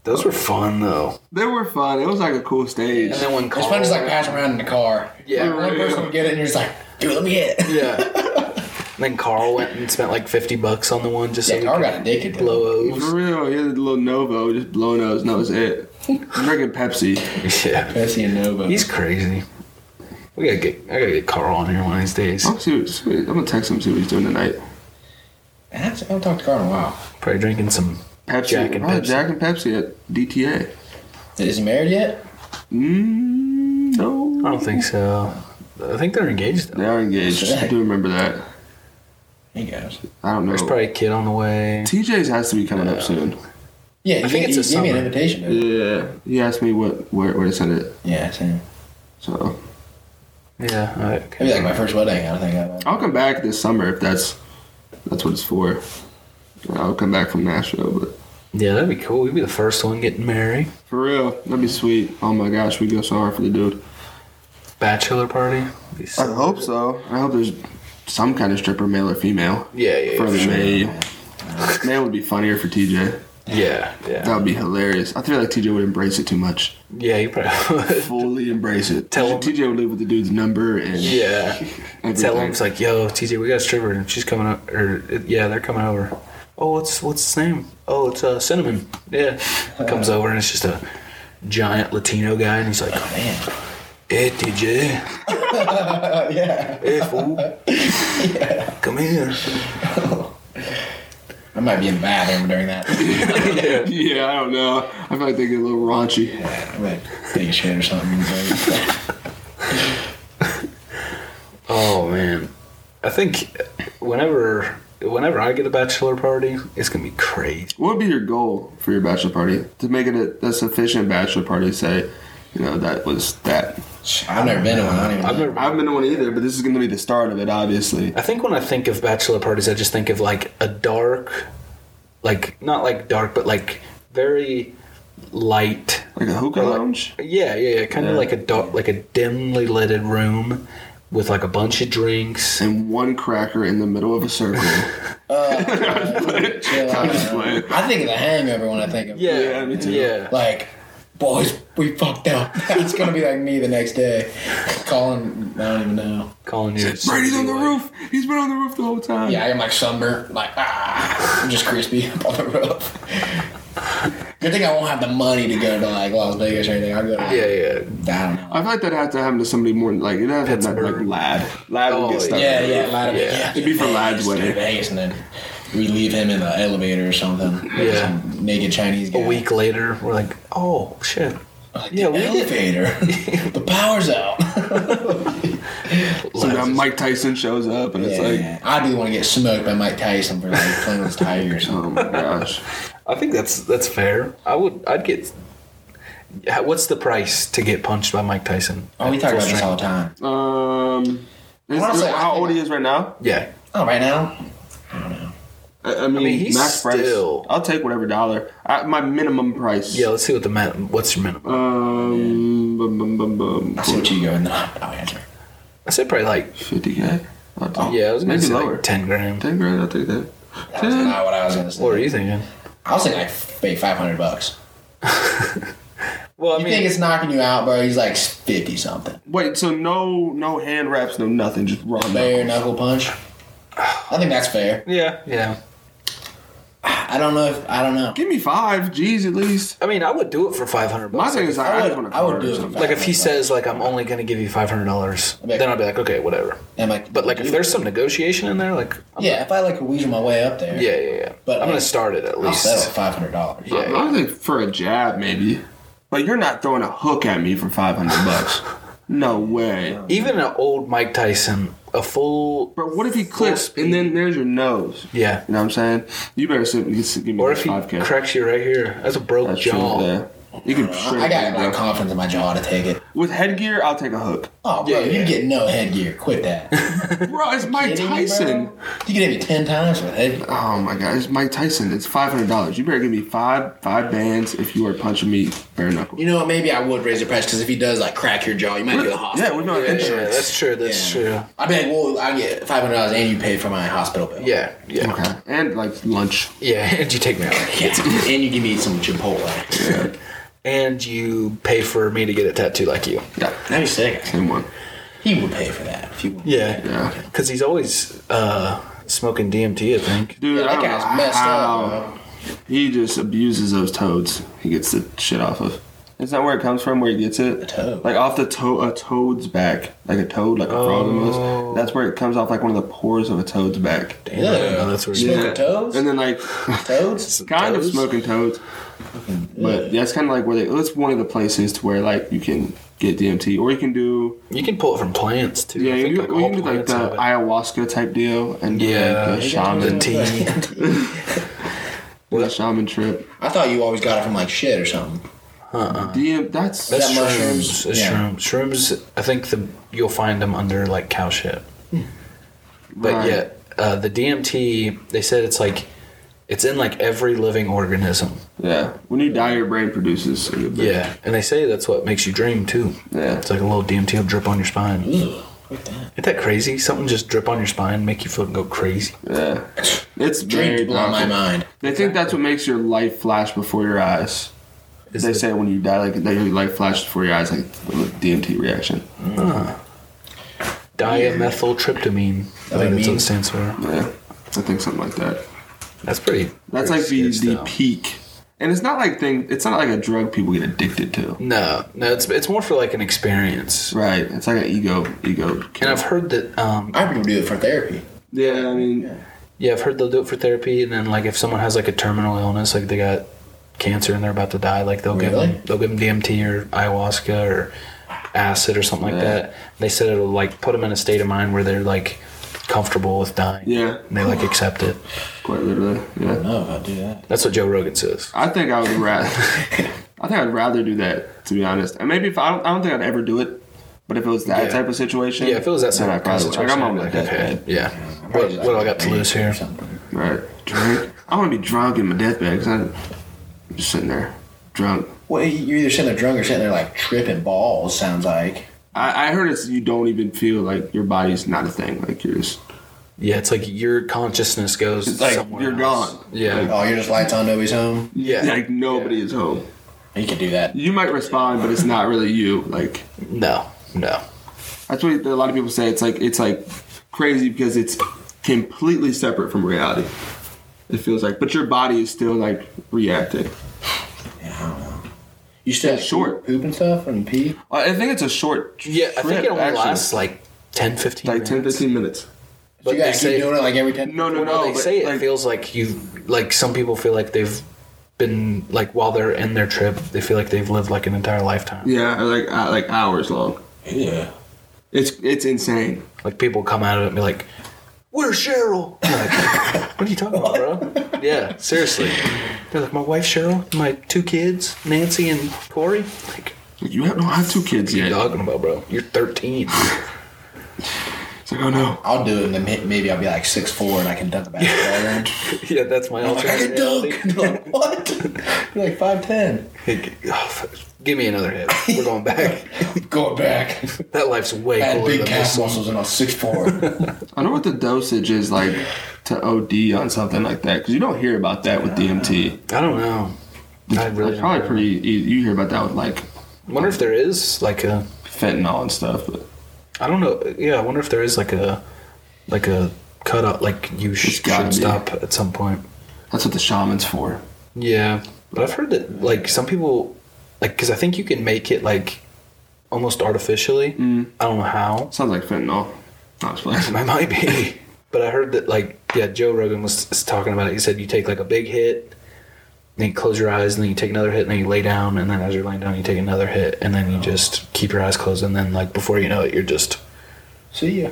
Those were fun though. they were fun. It was like a cool stage. And then when It's Carl, fun just like pass around in the car. Yeah. Like, one person would get it, and you're just like, dude, let me get it. yeah. And then Carl went and spent like 50 bucks on the one just so Yeah, we Carl could got addicted to it. blow For real, he had a little Novo, just blow nose, and that was it. I'm drinking Pepsi. O's. Yeah. Pepsi and Nova. He's crazy. We gotta get I gotta get Carl on here one of these days. I'm, serious. I'm gonna text him see what he's doing tonight. I haven't talked to Carl in a while. Probably drinking some. Pepsi, Jack and probably Pepsi. Jack and Pepsi at DTA. Is he married yet? Mm, no, I don't think so. I think they're engaged they though. are engaged. I do remember that. He goes. I don't know. There's probably a kid on the way. TJ's has to be coming up soon. Yeah, you think gave- it's you a gave me an summer. invitation. dude. Yeah, he asked me what where, where to send it. Yeah, it's him. So Yeah. all right, It'd okay. be like my first wedding. I don't think I I'll come back this summer if that's that's what it's for. I'll come back from Nashville, but Yeah, that'd be cool. We'd be the first one getting married. for real, that'd be sweet. Oh my gosh, we go so hard for the dude. Bachelor party. I hope so. I hope there's some kind of stripper, male or female. Yeah, yeah, yeah, From for sure. May. Man would be funnier for TJ. Yeah, That yeah. would be hilarious. I feel like TJ would embrace it too much. Yeah, you probably would. Fully embrace it. Tell him- TJ would live with the dude's number and Yeah. everything. Tell him it's like, yo, TJ, we got a stripper and she's coming up or uh, yeah, they're coming over. Oh, what's what's his name? Oh, it's uh, Cinnamon. Yeah. Comes over and it's just a giant Latino guy and he's like, Man. Hey TJ, yeah. hey fool. Come here. I might be in the bathroom during that. Yeah, I don't know. I feel like they get a little raunchy. I might take a shit or something. Oh man. I think whenever whenever I get a bachelor party, it's gonna be crazy. What would be your goal for your bachelor party? To make it a, a sufficient bachelor party, say, you know, that was that. I've never been to one. I don't even I've know. never I haven't been to one either, but this is going to be the start of it, obviously. I think when I think of bachelor parties, I just think of like a dark, like not like dark, but like very light. Like a hookah lounge? Yeah, yeah, yeah. Kind of Yeah. like a dark, like a dimly lighted room with like a bunch of drinks. And one cracker in the middle of a circle. Uh, Chill out. I'm just playing. I think of the hangover when I think of Yeah, Yeah, me too. Yeah, like boys we fucked up it's gonna be like me the next day calling i don't even know calling you. Brady's on the roof. He's been on the roof the whole time. yeah i'm like sunburnt like ah i'm just crispy up on the roof good thing i won't have the money to go to like las vegas or anything i'll go to like, Yeah, yeah. i don't know I feel like that had to happen to somebody more like it had to happen to, like Pittsburgh. lad. Lad Oh, would get stuck. yeah yeah, Lad- Yeah. yeah. It'd be for Lad's Just go to wedding. vegas and then we leave him in the elevator or something Yeah. Some naked chinese guy A week later, we're like, oh shit, like, Yeah, yeah we the did- elevator the power's out So now Mike Tyson shows up and it's like, Yeah. I do want to get smoked by Mike Tyson for like playing with his tigers. oh my gosh. I think that's that's fair. I would. I'd get. Yeah, What's the price to get punched by Mike Tyson? Oh, we talk about this all the time. Um, is- Honestly, I how think- old he is right now? Yeah. Oh, right now? I, I mean, he's max price. still- I'll take whatever dollar. I, my minimum price. Yeah. Let's see what the min- What's your minimum? Um, bum, bum, bum, bum. I'll see what you go and then I'll, I'll answer. I said probably like. 50k. I'll take- Yeah, I was gonna maybe say lower. like ten grand. 10 grand, I'll take that. That was 10? not what I was gonna say. What are you thinking? I was thinking like pay five hundred bucks. Well, I You mean, think it's knocking you out, bro? He's like fifty something. Wait, so no no hand wraps, no nothing, just raw Bare knuckles. knuckle punch. I think that's fair. yeah, yeah. I don't know if I don't know. Give me five, jeez, at least. I mean, I would do it for five hundred My bucks. thing is, like, I, I just want would, to I would do it. for Like if he 500 bucks. says like I'm only gonna give you five hundred dollars, Okay. then I'll be like, okay, whatever. and like, But like if there's some negotiation in there, like I'm yeah, if I like weasel my way up there, yeah, yeah, yeah. But, I'm gonna like, start it at I'll least. settle five hundred dollars. Yeah. I would think for a jab, maybe. But you're not throwing a hook at me for 500 bucks. no way. Even an old Mike Tyson, a full But what if he clips and then there's your nose? yeah. You know what I'm saying? You better sit, you sit, give me Or that if he 5K. cracks you right here, that's a broke That's true, jaw. yeah. You can I straight got down, like bro. confidence in my jaw to take it. With headgear, I'll take a hook. Oh, bro, Yeah, you yeah. get no headgear. Quit that. Bro, it's Mike Kidding me, Tyson. bro? You can hit me ten times with headgear. Oh my god, it's Mike Tyson. It's five hundred dollars. You better give me five five bands if you are punching me bare knuckle. You know what? Maybe I would raise the price because if he does like crack your jaw, you might go to the yeah, hospital. with no Yeah, yeah, insurance. that's true. That's Yeah. true. I'd be like, well, I get five hundred dollars and you pay for my hospital bill. Yeah, yeah, Okay, and like lunch. yeah. And you take me out, Yeah. and you give me some Chipotle. and you pay for me to get a tattoo like you. Yeah, That'd be sick. same one. He would pay for that if you would. Yeah, Yeah. Because he's always uh, smoking DMT. I think. Dude, I That don't guy's know messed how up. he just abuses those toads. He gets the shit off of. Isn't that where it comes from? Where he gets it? A toad. Like off the toe, a toad's back, like a toad, like a frog Oh. almost. That's where it comes off, like one of the pores of a toad's back. Bro. Yeah. No, that's where he's Smoking toads? And then like Toads? kind Toads? of smoking toads. But that's kind of like where they, it's one of the places to where like you can get DMT or you can do You can pull it from plants too. yeah I you, think, can do- or you all can do like plants the have it. ayahuasca type deal and Yeah, yeah like, you the can do shaman that. tea. the shaman trip I thought you always got it from like shit or something. DM that's, That's that mushrooms? shrooms. It's Yeah. shrooms. Shrooms. I think the you'll find them under like cow shit. But Right. yeah, uh, the DMT. They said it's like it's in like every living organism. yeah when you die your brain produces a good bit. Yeah, and they say that's what makes you dream too. Yeah. it's like a little DMT will drip on your spine. Isn't Ugh, Quit that. that crazy? Something just drip on your spine, make you feel go crazy. yeah it's very Drink blow my powerful. mind. they think that's what makes your life flash before your eyes Is they it- say when you die like that your life flashes before your eyes like with DMT reaction Dimethyltryptamine. I think that's what mean- it stands for. yeah I think something like that. That's pretty. That's pretty like the, sketched the out. peak. And it's not like thing it's not like a drug people get addicted to. No, no, it's it's more for like an experience. Right. It's like an ego ego. And I've heard that um, I people do it for therapy. Yeah, I mean Yeah, I've heard they'll do it for therapy, and then like if someone has like a terminal illness, like they got cancer and they're about to die, like they'll give Really? them they'll give them DMT or ayahuasca or acid or something like that. They said it'll like put them in a state of mind where they're like comfortable with dying. Yeah. and they like accept it. quite literally. Yeah. No, if I do that. That's what Joe Rogan says. I think I would rather I think I'd rather do that, to be honest. And maybe if I don't I don't think I'd ever do it. But if it was that Yeah. type of situation, Yeah, if it was that then sort I of probably would. like situation, I'm I'd on be my like, okay, deathbed, yeah. What, Probably what do I like got to lose or here? something. right? Drink. I want to be drunk in my deathbed because I'm just sitting there drunk. Well, you're either sitting there drunk or sitting there like tripping balls. Sounds like. I, I heard it's you don't even feel like your body's not a thing. Like you're just Yeah, it's like your consciousness goes It's like somewhere you're else. gone. Yeah. Oh, you're just lights on. Nobody's home. yeah. like nobody is home. You can do that. You might respond, but it's not really you. Like No. No. that's what a lot of people say. It's like it's like crazy because it's completely separate from reality. It feels like, but your body is still like reacting. Yeah, I don't know. You still It's short. poop and stuff and pee. I think it's a short. Yeah, I think trip, it only actually. lasts like 10, 15 like 10, minutes. 15 minutes. But you gotta they keep say- doing it like every ten. No, no, Well, no, no. they Oh, but, say it like, feels like you like some people feel like they've been like while they're in their trip, they feel like they've lived like an entire lifetime. yeah, like uh, like hours long. Yeah. It's it's insane. Like people come out of it and be like, "Where's Cheryl?" I'm like, what are you talking about, bro? Yeah, seriously. They're like, "My wife Cheryl, my two kids, Nancy and Corey." Like, Like, you have, don't have two kids what are you yet. talking about, bro? You're 13. It's like oh no. I'll do it, and then may- maybe I'll be like six four, and I can dunk a basketball. then. yeah, that's my Like, I alternate can reality. dunk. Like, what? You're like five ten. Like, oh, fuck. give me another hit. We're going back. Go back. That life's way I had cooler big than calf this. muscles, and I was six four. I know what the dosage is like to OD on something like that because you don't hear about that with DMT. I don't know. I really It's don't probably know. pretty. You you hear about that with like I wonder if there is like a fentanyl and stuff, but I don't know. Yeah, I wonder if there is like a like a cut out like you sh- It's gotta should be. stop at some point. that's what the shaman's for. Yeah, but I've heard that like some people like because I think you can make it like almost artificially. Mm. I don't know how. Sounds like fentanyl. Not I might be, but I heard that like yeah, Joe Rogan was, was talking about it. He said you take like a big hit. Then you close your eyes, and then you take another hit, and then you lay down, and then as you're laying down, you take another hit, and then you Oh. just keep your eyes closed, and then like before you know it, you're just See ya.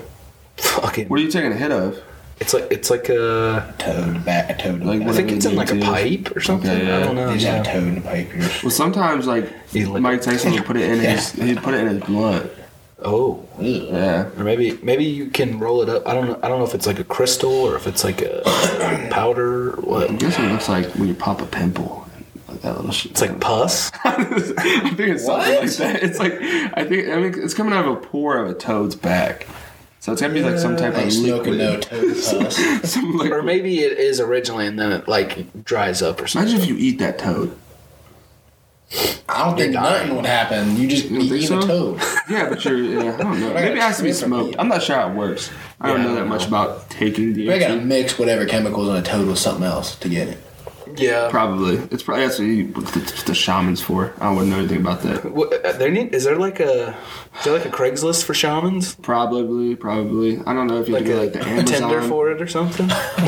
fucking What are you taking a hit of? It's like it's like a. Toad back. A toad. Like, I what- Like, think it's in like a Whatever it pipe or something. Okay, yeah. I don't know. He's got a Yeah. toad in the pipe. You're just, Well, sometimes like He lit- Mike Tyson would put it in his. He put it in his blood. Oh, ugh. Yeah. or maybe maybe you can roll it up. I don't know. I don't know if it's like a crystal or if it's like a powder. Or I what? guess it looks like when you pop a pimple. Like that little shit. It's like pus. I think it's something What? like that. It's like I think I mean it's coming out of a pore of a toad's back. So it's gonna be like some type Ain't of smoking liquid. no toad pus. Some, like- Or maybe it is originally and then it like dries up or something. imagine if you eat that toad. I don't think You're nothing dying. would happen. You just don't eat think a so? toad. Yeah, but you're. Yeah, I don't know. Maybe it has to be smoked. I'm not sure how it works. I don't Yeah, I know that don't much know. about taking They gotta DMT. mix whatever chemicals in a toad with something else to get it. Yeah. Probably. It's probably that's what, you, what the, what the shaman's for. I wouldn't know anything about that. What, uh, there need, is there like a is there like a Craigslist for shamans Probably, probably. I don't know if you like do a like the Tinder Amazon. for it or something?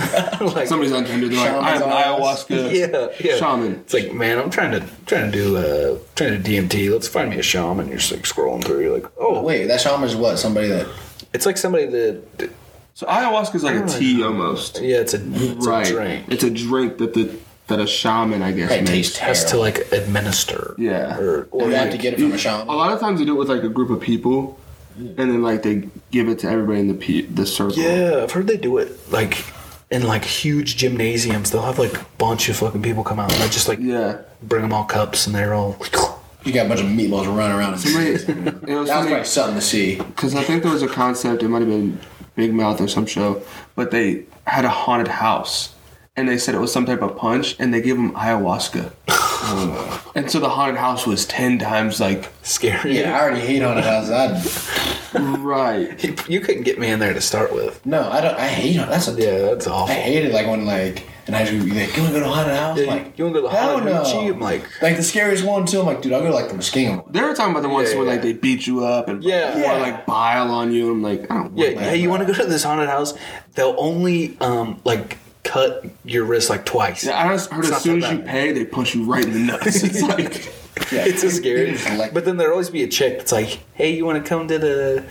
like, Somebody's on Tinder. They're like, I'm Shaman's eyes. ayahuasca. yeah, yeah. Shaman. It's like, man, I'm trying to trying to do uh trying to do DMT. Let's find me a shaman. You're just like scrolling through. You're like, oh, Wait, that shaman's what? Somebody that It's like somebody that, that- So ayahuasca is like a Really? tea almost. yeah, it's a, it's right. a drink. It's a drink that the that a shaman I guess that makes. tastes Has to terrible. like administer. Yeah. Or, or You have to like- get it from a shaman. A lot of times they do it with like a group of people, and then like they give it to everybody in the pe- the circle. yeah, I've heard they do it like in like huge gymnasiums. They'll have like a bunch of fucking people come out and they just like Yeah. bring them all cups and they're all. You got a bunch of meatballs running around. Somebody- That it was was probably something to see. because I think there was a concept. It might have been Big Mouth or some show, but they had a haunted house, and they said it was some type of punch, and they gave them ayahuasca, Oh. and so the haunted house was ten times like Scary. Yeah, I already hate haunted houses. I right. You, you couldn't get me in there to start with. no, I don't. I hate haunted. That's a. Yeah, that's I awful. hate it. Like when like and I was like, you wanna go to a haunted house? Yeah, you- like you wanna go to the hell haunted Hoochie? I'm like- like the scariest one too. I'm like, dude, I'll go to like the Muskingum. one. They were talking about the ones Yeah, where yeah. like they beat you up and Yeah. pour, like bile on you. I'm like, I don't. Yeah, want that. hey, you want to go to this haunted house? They'll only um like cut your wrist like twice. Yeah, I just heard It's as not soon that as you bad. pay, they punch you right in the nuts. It's like, Yeah, It's so scary. It's like- But then there'll always be a chick that's like, hey, you want to come to the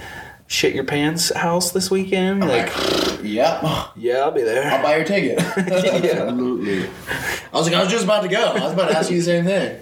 shit your pants house this weekend? Like, Yep. I'll yeah, I'll be there. buy your ticket. yeah. absolutely. I was like, I was just about to go. I was about to ask you the same thing.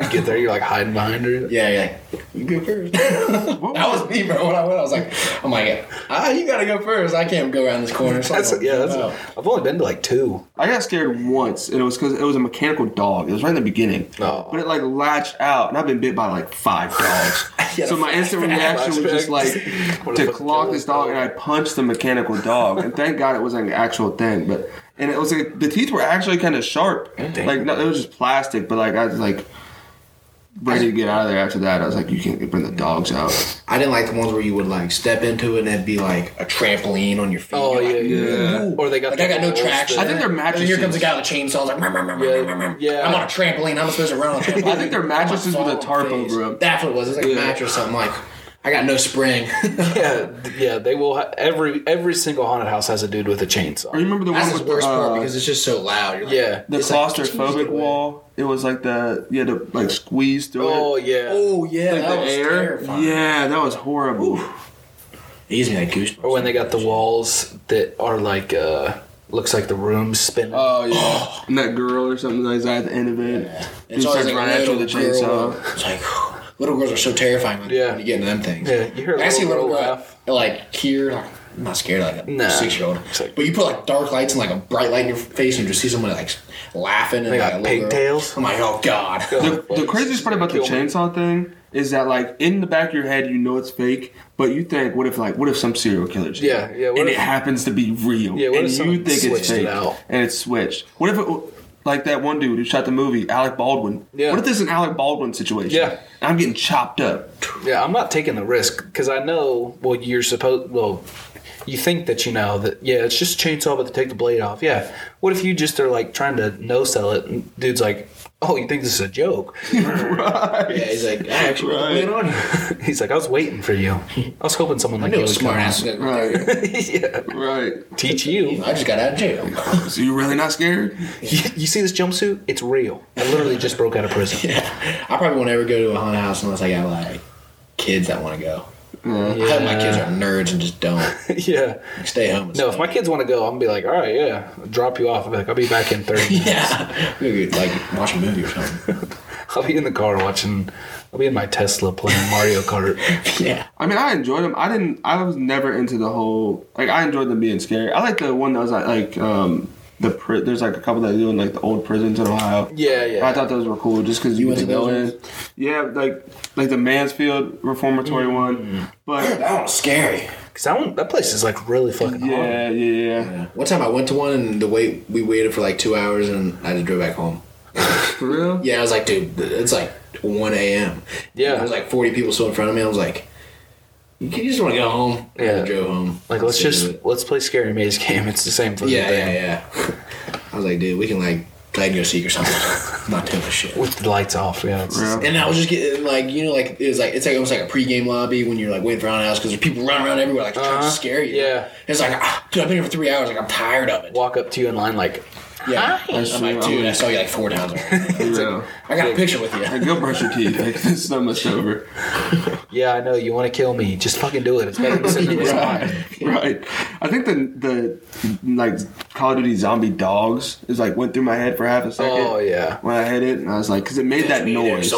You get there, you're like hiding behind her. Yeah, yeah. You go first. that was me, bro. When I went, I was like, oh my god, ah, you gotta go first. I can't go around this corner. So I That's was like, yeah. That's, oh. I've only been to like two. I got scared once, and it was because it was a mechanical dog. It was right in the beginning, Oh. but it like latched out, and I've been bit by like five dogs. Yeah, so my instant reaction was just like What the to fuck clock is this dog, and I punched the mechanical dog. and thank God it was an actual thing, but and it was like the teeth were actually kind of sharp, like no, it was just plastic. But like I was like ready to get out of there after that. I was like, you can't bring the dogs out. I didn't like the ones where you would like step into it and it'd be like a trampoline on your feet. Oh yeah, You're like, yeah. "Ooh." Or they got like I the got no balls traction. I think they're And then here comes mattresses. a guy with a chainsaw. Like, "Murr, murr, murr, murr, murr, murr." Yeah. I'm on a trampoline. I'm supposed to run on a trampoline. I think they're I'm gonna mattresses with fall a on my tarp face. over 'em. That's what it was. It's like Yeah. a mattress. Something like I got no spring. Yeah, th- yeah. They will. Ha- every every single haunted house has a dude with a Or you chainsaw. remember the That's one the with worst the, part uh, because it's just so loud. You're like, Yeah. the it's like, claustrophobic "Jeez, wall. It was like the you had to like squeeze through Oh it. yeah. Oh yeah, Like that the was air. terrifying. Yeah, that was horrible. It gives me like goosebumps. Or when they got the walls that are like uh looks like the room spinning. Oh yeah, and that girl or something like that at the end of it. It's Dude always starts like running after little the girl. chainsaw. It's like little girls are so terrifying when, Yeah. when you get into them things. Yeah, you hear a I see a little little girl girl laugh. like here. Like, I'm not scared like a Nah. six year old, It's like- but you put like dark lights and like a bright light in your face, and you just see someone like laughing and They like got a little girl. pigtails? I'm like, oh god. The, the craziest part about the Kill me. chainsaw thing is that like in the back of your head you know it's fake, but you think what if like what if some serial killer? did it? Yeah, yeah, what and if- it happens to be real. Yeah, what and if someone you think it's switched it fake out? and it's switched. What if it w- like that one dude who shot the movie Alec Baldwin? Yeah. What if this is an Alec Baldwin situation? Yeah. I'm getting chopped up. Yeah, I'm not taking the risk because I know. Well, you're supposed. Well, you think that you know that. Yeah, it's just a chainsaw, but they take the blade off. Yeah. What if you just are like trying to no sell it, and dude's like, "Oh, you think this is a joke?" yeah, he's like, I actually Right. went on. here." He's like, "I was waiting for you. I was hoping someone I like knew you a would come smart ass. out. Right, yeah, right. teach you. I just got out of jail. So you really not scared? you. You see this jumpsuit? It's real. I literally just broke out of prison. I probably won't ever go to a haunted house unless I got like kids that want to go. Yeah. I hope my kids are nerds and just don't yeah. stay home. and No, stuff. if my kids want to go, I'm gonna be like, "All right, yeah, drop you off." I'll be like, "I'll be back in 30 minutes." Yeah, we could like watch a movie or something. I'll be in the car watching. I'll be in my Tesla playing Mario Kart. yeah, I mean, I enjoyed them. I didn't. I was never into the whole. Like, I enjoyed them being scary. I like the one that was like, like um, the pri- there's like a couple that do in like the old prisons in Ohio. Yeah, yeah. I thought those were cool just because you went could to go those in. Yeah, like like the Mansfield Reformatory one. But that was scary. Cause that one, that place is like really Oh. fucking haunted. yeah, yeah, yeah. One time I went to one and the wait we waited for like two hours and I just drove back home. For real? Yeah, I was like, dude, it's like one a.m. Yeah. there was like forty people still in front of me. I was like, you can- you just want to go home. Yeah. I drove home. Like let's Let's just do it. let's play scary maze game. It's the same fucking yeah, thing yeah, yeah. I was like, dude, we can like play and go seek or something. Not doing this shit. with the lights off. Yeah, it's, Yeah. And I was just getting like you know like it was like it's like almost like a pregame lobby when you're like waiting for haunted house because there's people running around everywhere like trying Uh-huh. to scare you. Yeah. And it's like ah, dude, I've been here for three hours. Like I'm tired of it. walk up to you in line like, Yeah. That's I'm like, true. dude, I saw you like four times. already. For real. I got a picture with you. Like, go brush your teeth. Like, this is almost over. "Yeah, I know you want to kill me. Just fucking do it. It's better than sitting in this line." Right. I think the the like Call of Duty zombie dogs is like went through my head for half a second. Oh yeah, when I hit it, and I was like, because it made that noise.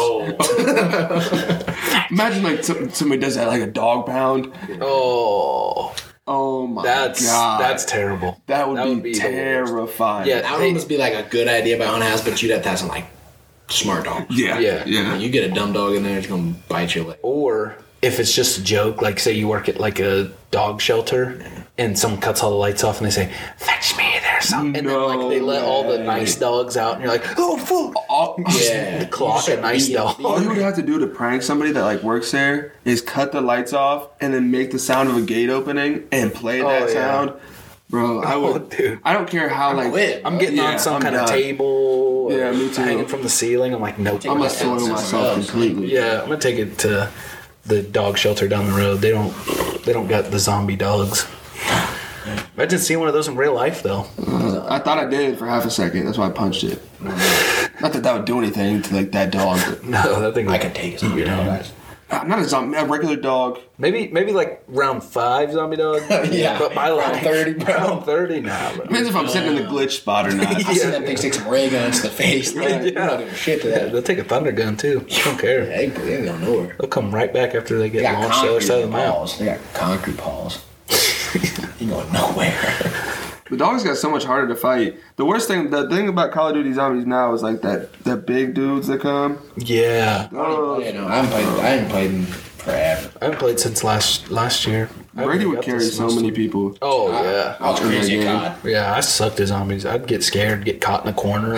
Imagine like some, somebody does that like a dog pound. oh Oh my that's god, that's terrible. that would that be, would be the worst. terrifying. Yeah. That would almost be like a good idea by haunted house, but you'd have to have some like smart dog. yeah, Yeah. yeah, When yeah. you get a dumb dog in there, it's gonna bite your leg. Or if it's just a joke, like say you work at like a dog shelter and someone cuts all the lights off and they say, Fetch me there's something and then like they No let all the way. nice dogs out and you're like, Oh fuck All, Yeah. clock a nice Yeah. dog. all you would have to do to prank somebody that like works there is cut the lights off and then make the sound of a gate opening and play that Oh, yeah. Oh, sound, bro. I would. dude. I don't care how like Quit. I'm getting Yeah, on some I'm kind of done. table or Yeah, me too. hanging from the ceiling. I'm like, nope. I'm I'm gonna like, soil Yeah. myself completely. yeah, I'm gonna take it to the dog shelter down the road. They don't they don't got the zombie dogs. Imagine seeing one of those in real life though. Uh, I thought I did for half a second. That's why I punched it. Not that that would do anything to like that dog. But No, that thing I like can take some of your dog. I'm not a zombie, a regular dog. Maybe maybe like round five zombie dog. Yeah. but by Round like 30, bro. round thirty now. Depends if I'm sitting in the glitch spot or not. I seen that thing take some ray guns to the face. Like, Yeah. You're not doing shit to that. They'll take a thunder gun too. I don't care. They, they don't know her. They'll come right back after they They get got launched the other concrete side of the mouth. paws. They got concrete paws. you going nowhere. The dogs got so much harder to fight. The worst thing, the thing about Call of Duty zombies now is like that, that big dudes that come. Yeah, Oh, yeah, no, I haven't played. I haven't played in forever. I haven't played since last last year. I Brady haven't would got carry this so much- many people. Oh yeah. I was crazy at Yeah. COD. Yeah, I sucked at zombies. I'd get scared, get caught in a corner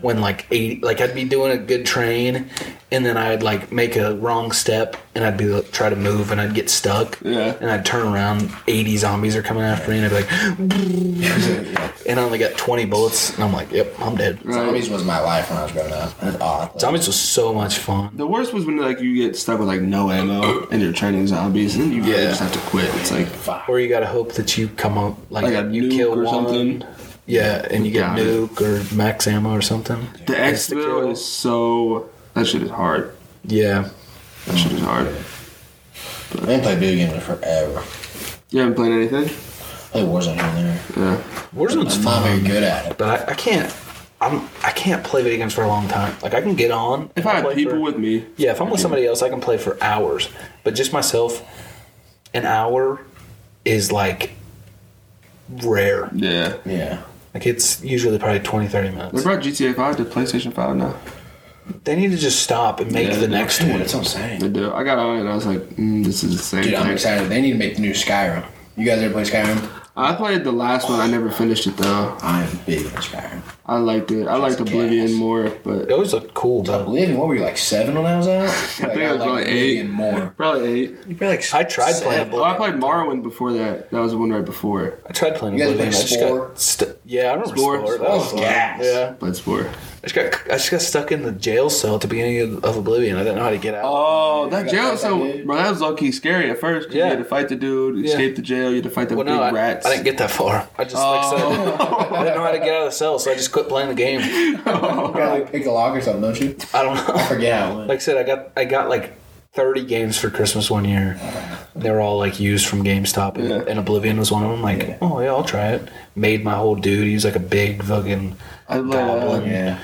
when like eighty, like I'd be doing a good train, and then I'd like make a wrong step, and I'd be like, try to move, and I'd get stuck. Yeah. And I'd turn around, eighty zombies are coming after me, and I'd be like, and I only got twenty bullets, and I'm like, yep, I'm dead. Zombies was my life when I was growing up. That's odd. Zombies was so much fun. The worst was when like you get stuck with like no ammo and you're training zombies, and then you really Yeah. just have to quit. It's like Or you gotta hope that you come up like, Like a you nuke kill or one, something. yeah, and you get Yeah. nuke or max ammo or something. the Xville is so that shit is hard. Yeah, That shit is hard. I didn't play video games in forever. You haven't played anything? I played Warzone here and there. Yeah. Warzone's I'm fun. not very good at it. but I, I can't. I'm I can't play video games for a long time. Like I can get on If I play had people for, with me, yeah, if I'm with somebody else, I can play for hours. But just myself, an hour is like rare. yeah. Yeah. Like it's usually probably 20, 30 They minutes. brought GTA 5 to PlayStation 5 now. They need to just stop and make Yeah. the next Dude, one. that's what I'm saying. They do. I got on it and I was like, mm, this is the same Dude, I'm thing. excited. They need to make the new Skyrim. You guys ever play Skyrim? I played the last one. I never finished it though. I am big on Skyrim. I liked it. I liked Just Oblivion gas. more, It but always looked cool though. Oblivion, what were you, like seven when I was out? I I think I was probably eight. and more. Probably eight. You played like I tried playing seven. Well, I played Morrowind before that. That was the one right before. I tried playing You guys Oblivion. I played just Spore? got stu- yeah, I remember Spore? Oh, Spore. That was Spore's fun. gas. Yeah, Bloodsport. I just got I just got stuck in the jail cell at the beginning of, of Oblivion. I didn't know how to get out. Oh, that forgot jail about cell, that dude. bro. That was low key scary at first. 'cause You Yeah. had to fight the dude, Yeah. escape the jail. You had to fight the Well, big no, I, rats. I didn't get that far. I just like said, I didn't know how to get out of the cell, so I just quit playing the game. You gotta like pick a lock or something, don't you? I don't I know. forget how it went. Like I said, I got I got like thirty games for Christmas one year. They were all like used from GameStop, and, Yeah. and Oblivion was one of them. Like, Yeah. oh yeah, I'll try it. Made my whole dude. He was like a big fucking. I love uh, yeah.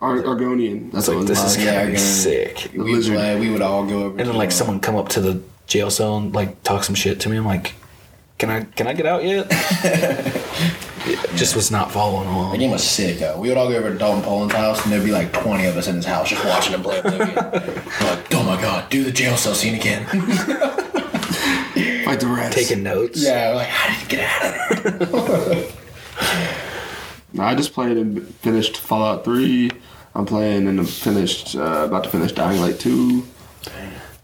Ar- Argonian. That's It's like what it this was. is yeah, gonna I be got it. sick. The We lizard. play, we would all go over. And then like someone come up to the jail cell and like talk some shit to me. I'm like, can I can I get out yet? It Just was not following The along. game was sick though. We would all go over to Dalton Poland's house, and there'd be like twenty of us in his house just watching him play Oblivion. like, oh my god, do the jail cell scene again. Fight the rats. Taking notes. yeah, we're like how did you get out of there? No, I just played and finished Fallout 3. I'm playing and I'm finished, uh, about to finish Dying Light 2.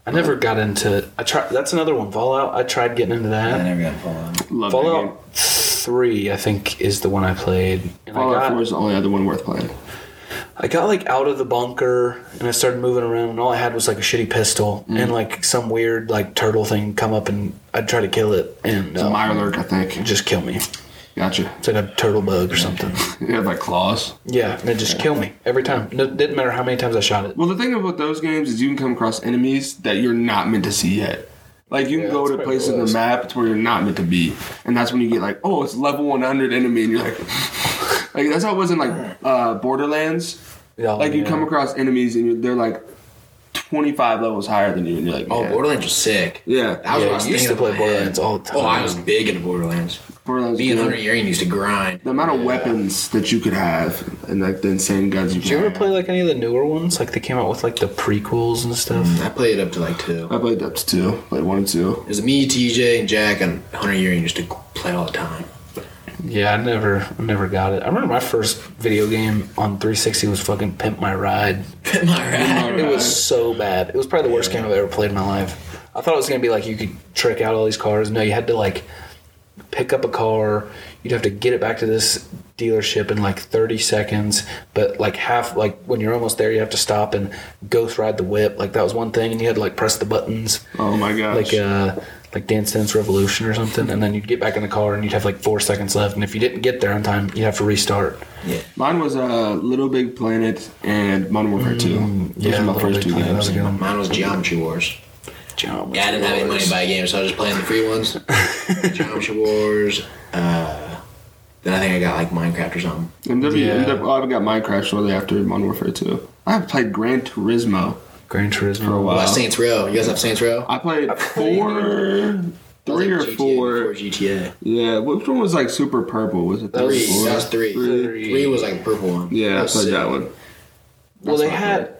I never got into. I tried. That's another one. Fallout. I tried getting into I that. never got Poland. Love that game. Fallout Three, I think, is the one I played. And I Fallout 4 got, is the only other one worth playing. I got like out of the bunker, and I started moving around, and all I had was like a shitty pistol Mm. and like some weird like turtle thing come up, and I'd try to kill it, and The uh, Mire Lurk, I think. just kill me. Gotcha. It's like a turtle bug or something. It had like claws. Yeah, and it just kill me every time. No, didn't matter how many times I shot it. Well, the thing about those games is you can come across enemies that you're not meant to see yet. Like you can Yeah, go that's to quite places in the close. map it's where you're not meant to be, and that's when you get like, oh, it's level 100 enemy, and you're like, like that's how it was in like uh, Borderlands. Yeah, Like you Oh, yeah. come across enemies and you're, they're like 25 levels higher than you, and you're like, Oh, Man. Borderlands was sick. yeah, That was Yeah, what I was you used thinking to play in my head. Borderlands all the Oh, I time. was big into Borderlands. Borderlands. Me and good. Hunter Yearing used to grind. The amount of weapons that you could have, and like the insane guns you Did you can. ever play like any of the newer ones? Like they came out with like the prequels and stuff. I played up to like two. I played up to two, played one and two. It was me, TJ, and Jack, and Hunter Yearing used to play all the time. Yeah, I never, I never got it. I remember my first video game on 360 was fucking Pimp My Ride. Pimp my ride. It was so bad. It was probably the worst game I've ever played in my life. I thought it was gonna be like you could trick out all these cars. No, you had to like pick up a car. You'd have to get it back to this dealership in like 30 seconds. But like half, like when you're almost there, you have to stop and ghost ride the whip. Like that was one thing, and you had to like press the buttons. Oh my like gosh! uh like Dance Dance Revolution or something, and then you'd get back in the car and you'd have like four seconds left, and if you didn't get there on time, you'd have to restart. Yeah. Mine was uh, Little Big Planet and Modern Warfare 2. Those Mm, yeah, were my Little first Big two Planet, that games. was a good one. Mine was Geometry Wars. John. Yeah, I didn't have any money to buy a game, so I was just playing the free ones. Geometry Wars. Uh, then I think I got like Minecraft or something. MW, Yeah. MW, oh, I've got Minecraft shortly after Modern Warfare 2. I have played Gran Turismo Gran Turismo. for a while. Well, Oh, Saints Row. You guys have Saints Row? I played four, three or GTA, four. before GTA. Yeah, which one was like super purple? Was it that Three. Four? That was three. Three. Three was like the purple one. Yeah, I was played sick. that one. well, they That's not had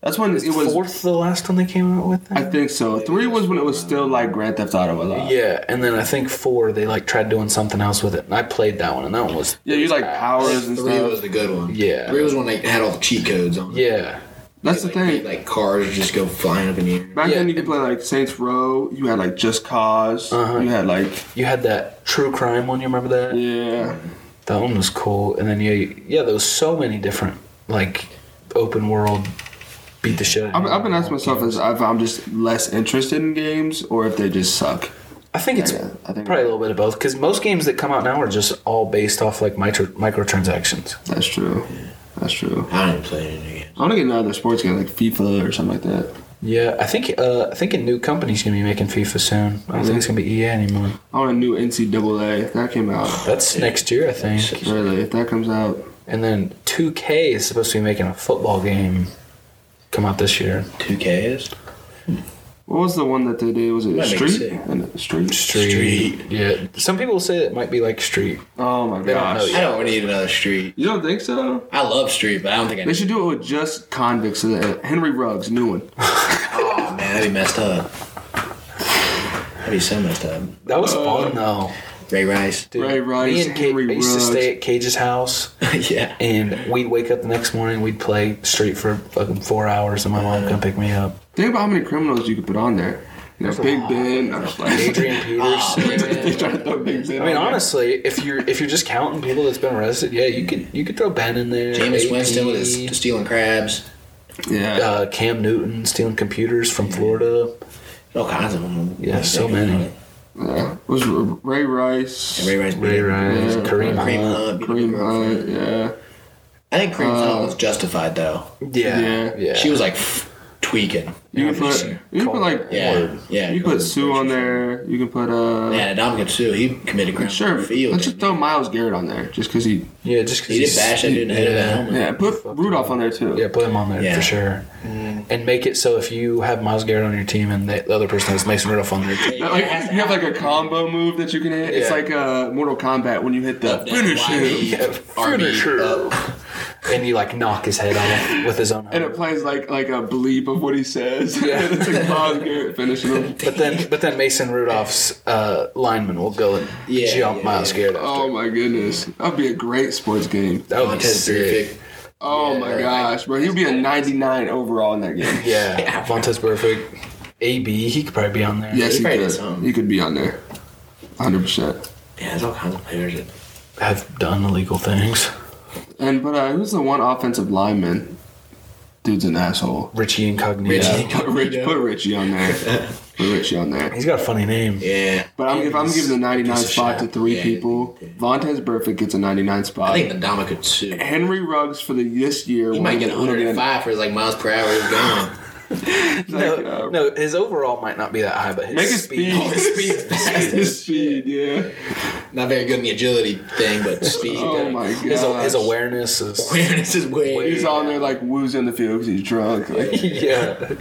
That's when it was. fourth the last one they came out with. then? I think so. Three was when it was still like Grand Theft Auto a lot. Yeah, and then I think four they like tried doing something else with it, and I played that one, and that one was Yeah, you like powers and Three was stuff. the good one. Yeah. Three was when they had all the cheat codes on. it. yeah, That's the Like, thing. Like cars just go flying up in the air. Back Yeah. then, you could play like Saints Row. You had like Just because Uh-huh. You had like you had that true crime one. You remember that? yeah. That one was cool, and then yeah, yeah, there was so many different like open world beat the shit. out of I've, you. I've been asking myself is if I'm just less interested in games or if they just suck. I think it's Yeah, I think probably a little bit of both because most games that come out now are just all based off like micro microtransactions. That's true. That's true. I don't even play any new games. I want to get another sports game like FIFA or something like that. Yeah, I think uh, I think a new company's gonna be making FIFA soon. I don't think it's gonna be EA anymore. I want a new NCAA if that came out. That's next year, I think. Really, if that comes out, And then 2K is supposed to be making a football game come out this year. Two Ks. what was the one that they did? Was it Might make Street? sick. And Street. Street. Yeah. Some people say it might be like Street. Oh my They don't know gosh! yet. I don't need another street. You don't think so? I love street, but I don't think I They need. should do it with just convicts. So that uh, Henry Ruggs, new one. Oh man, that'd be messed up. That'd be so messed up. That was fun though. Ray Rice. Dude, Uh, Ray Rice, me and Kate Henry I used to Ruggs. stay at Cage's house yeah. and we'd wake up the next morning, we'd play Street for fucking four hours and my mom come pick me up. Think about how many criminals you could put on there. You know, Big lot. Ben. I was like, Adrian Oh, they Peters. try to throw Big Ben. I mean, on there. honestly, if you're if you're just counting people that's been arrested, yeah, you could you could throw Ben in there. James AP, Winston with his stealing crabs. Yeah. uh, Cam Newton stealing computers from Florida. All kinds of them. Yeah, so many. Yeah. It was R- Ray Rice. And Ray Rice. Ray beat Rice, Yeah. Kareem Kareem Hunt. Hunt. beat Kareem him. Hunt. Yeah. I think Kareem Hunt was justified though. Yeah, Yeah. yeah. She was like tweaking. You can put, you can put like, Yeah, yeah. you can put Sue on there. You can put, uh, Yeah, Dominican Sue. He committed crime. on sure. the Field. Let's just didn't throw Miles Garrett on there just because he, yeah, just because he He did bash that dude in the head of that helmet. yeah, put Rudolph on there too. Yeah, put him on there Yeah. for sure, and make it so if you have Miles Garrett on your team and the the other person has Mason Rudolph on their team, That, like, you have like a combo move that you can hit. It's Yeah. like uh, Mortal Kombat when you hit the Up, down, finish wide. him. Yeah, Army, finish her. and you like knock his head off with his own. And it Helmet. plays like like a bleep of what he says. Yeah. and it's like Miles Garrett finishing him. But then, but then Mason Rudolph's uh, lineman will go and Yeah, jump yeah, Miles yeah. Garrett. After. Oh my goodness. That'd be a great sports game. that would be Montez sick. Burfict. Oh Yeah, my or, gosh, bro. He'd be a 99 overall in that game. Yeah, Montez Burfict, AB, he could probably be on there. Yes, He he probably could. did something. He could be on there. 100%. Yeah, there's all kinds of players. That, have done illegal things. And, but uh, who's the one offensive lineman? Dude's an asshole. Richie Incognito. Richie. Put, Rich, put Richie on there. Put Richie on there. He's got a funny name. yeah. But I'm, if I'm giving the 99 Piece of spot to shit. three Yeah. people, Vontez Burfict gets a 99 spot. I think the Dominican Sue. Henry Ruggs for the this year. He might get would have been, 105 for his like miles per hour. He's gone. No, like, uh, no, his overall might not be that high, but his Make it speed. speed. Speed. His speed, yeah. Not very good in the agility thing, but speed. Oh my god. His, his awareness is. Awareness is way. He's on there like woozing the field because he's drunk. Like, yeah.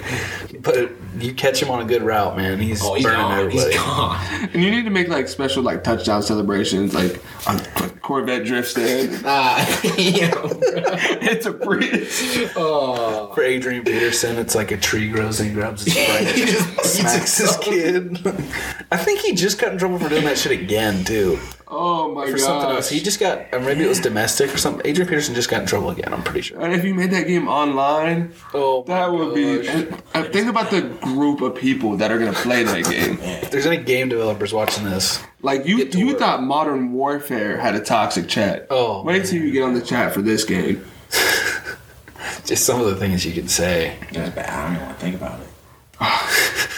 But you catch him on a good route, man. He's Oh, he's burning gone. everybody. He's gone. and you need to make like special like touchdown celebrations, like a Corvette drifts in. Ah, it's a breeze. oh. For Adrian Peterson, it's like a tree grows and grabs his He friend. just beats Smacks his himself. kid. I think he just got in trouble for doing that shit again, too. Oh my For something else. god. He just got, or maybe it was domestic or something. Adrian Peterson just got in trouble again, I'm pretty sure. And if you made that game online, Oh, that would be. And, and think about the group of people that are gonna play that game. If there's any game developers watching this, Like you, Get to you work. thought Modern Warfare had a toxic chat. Oh, wait till you get on the chat for this game. just some of the things you could say. That's bad. I don't even want to think about it.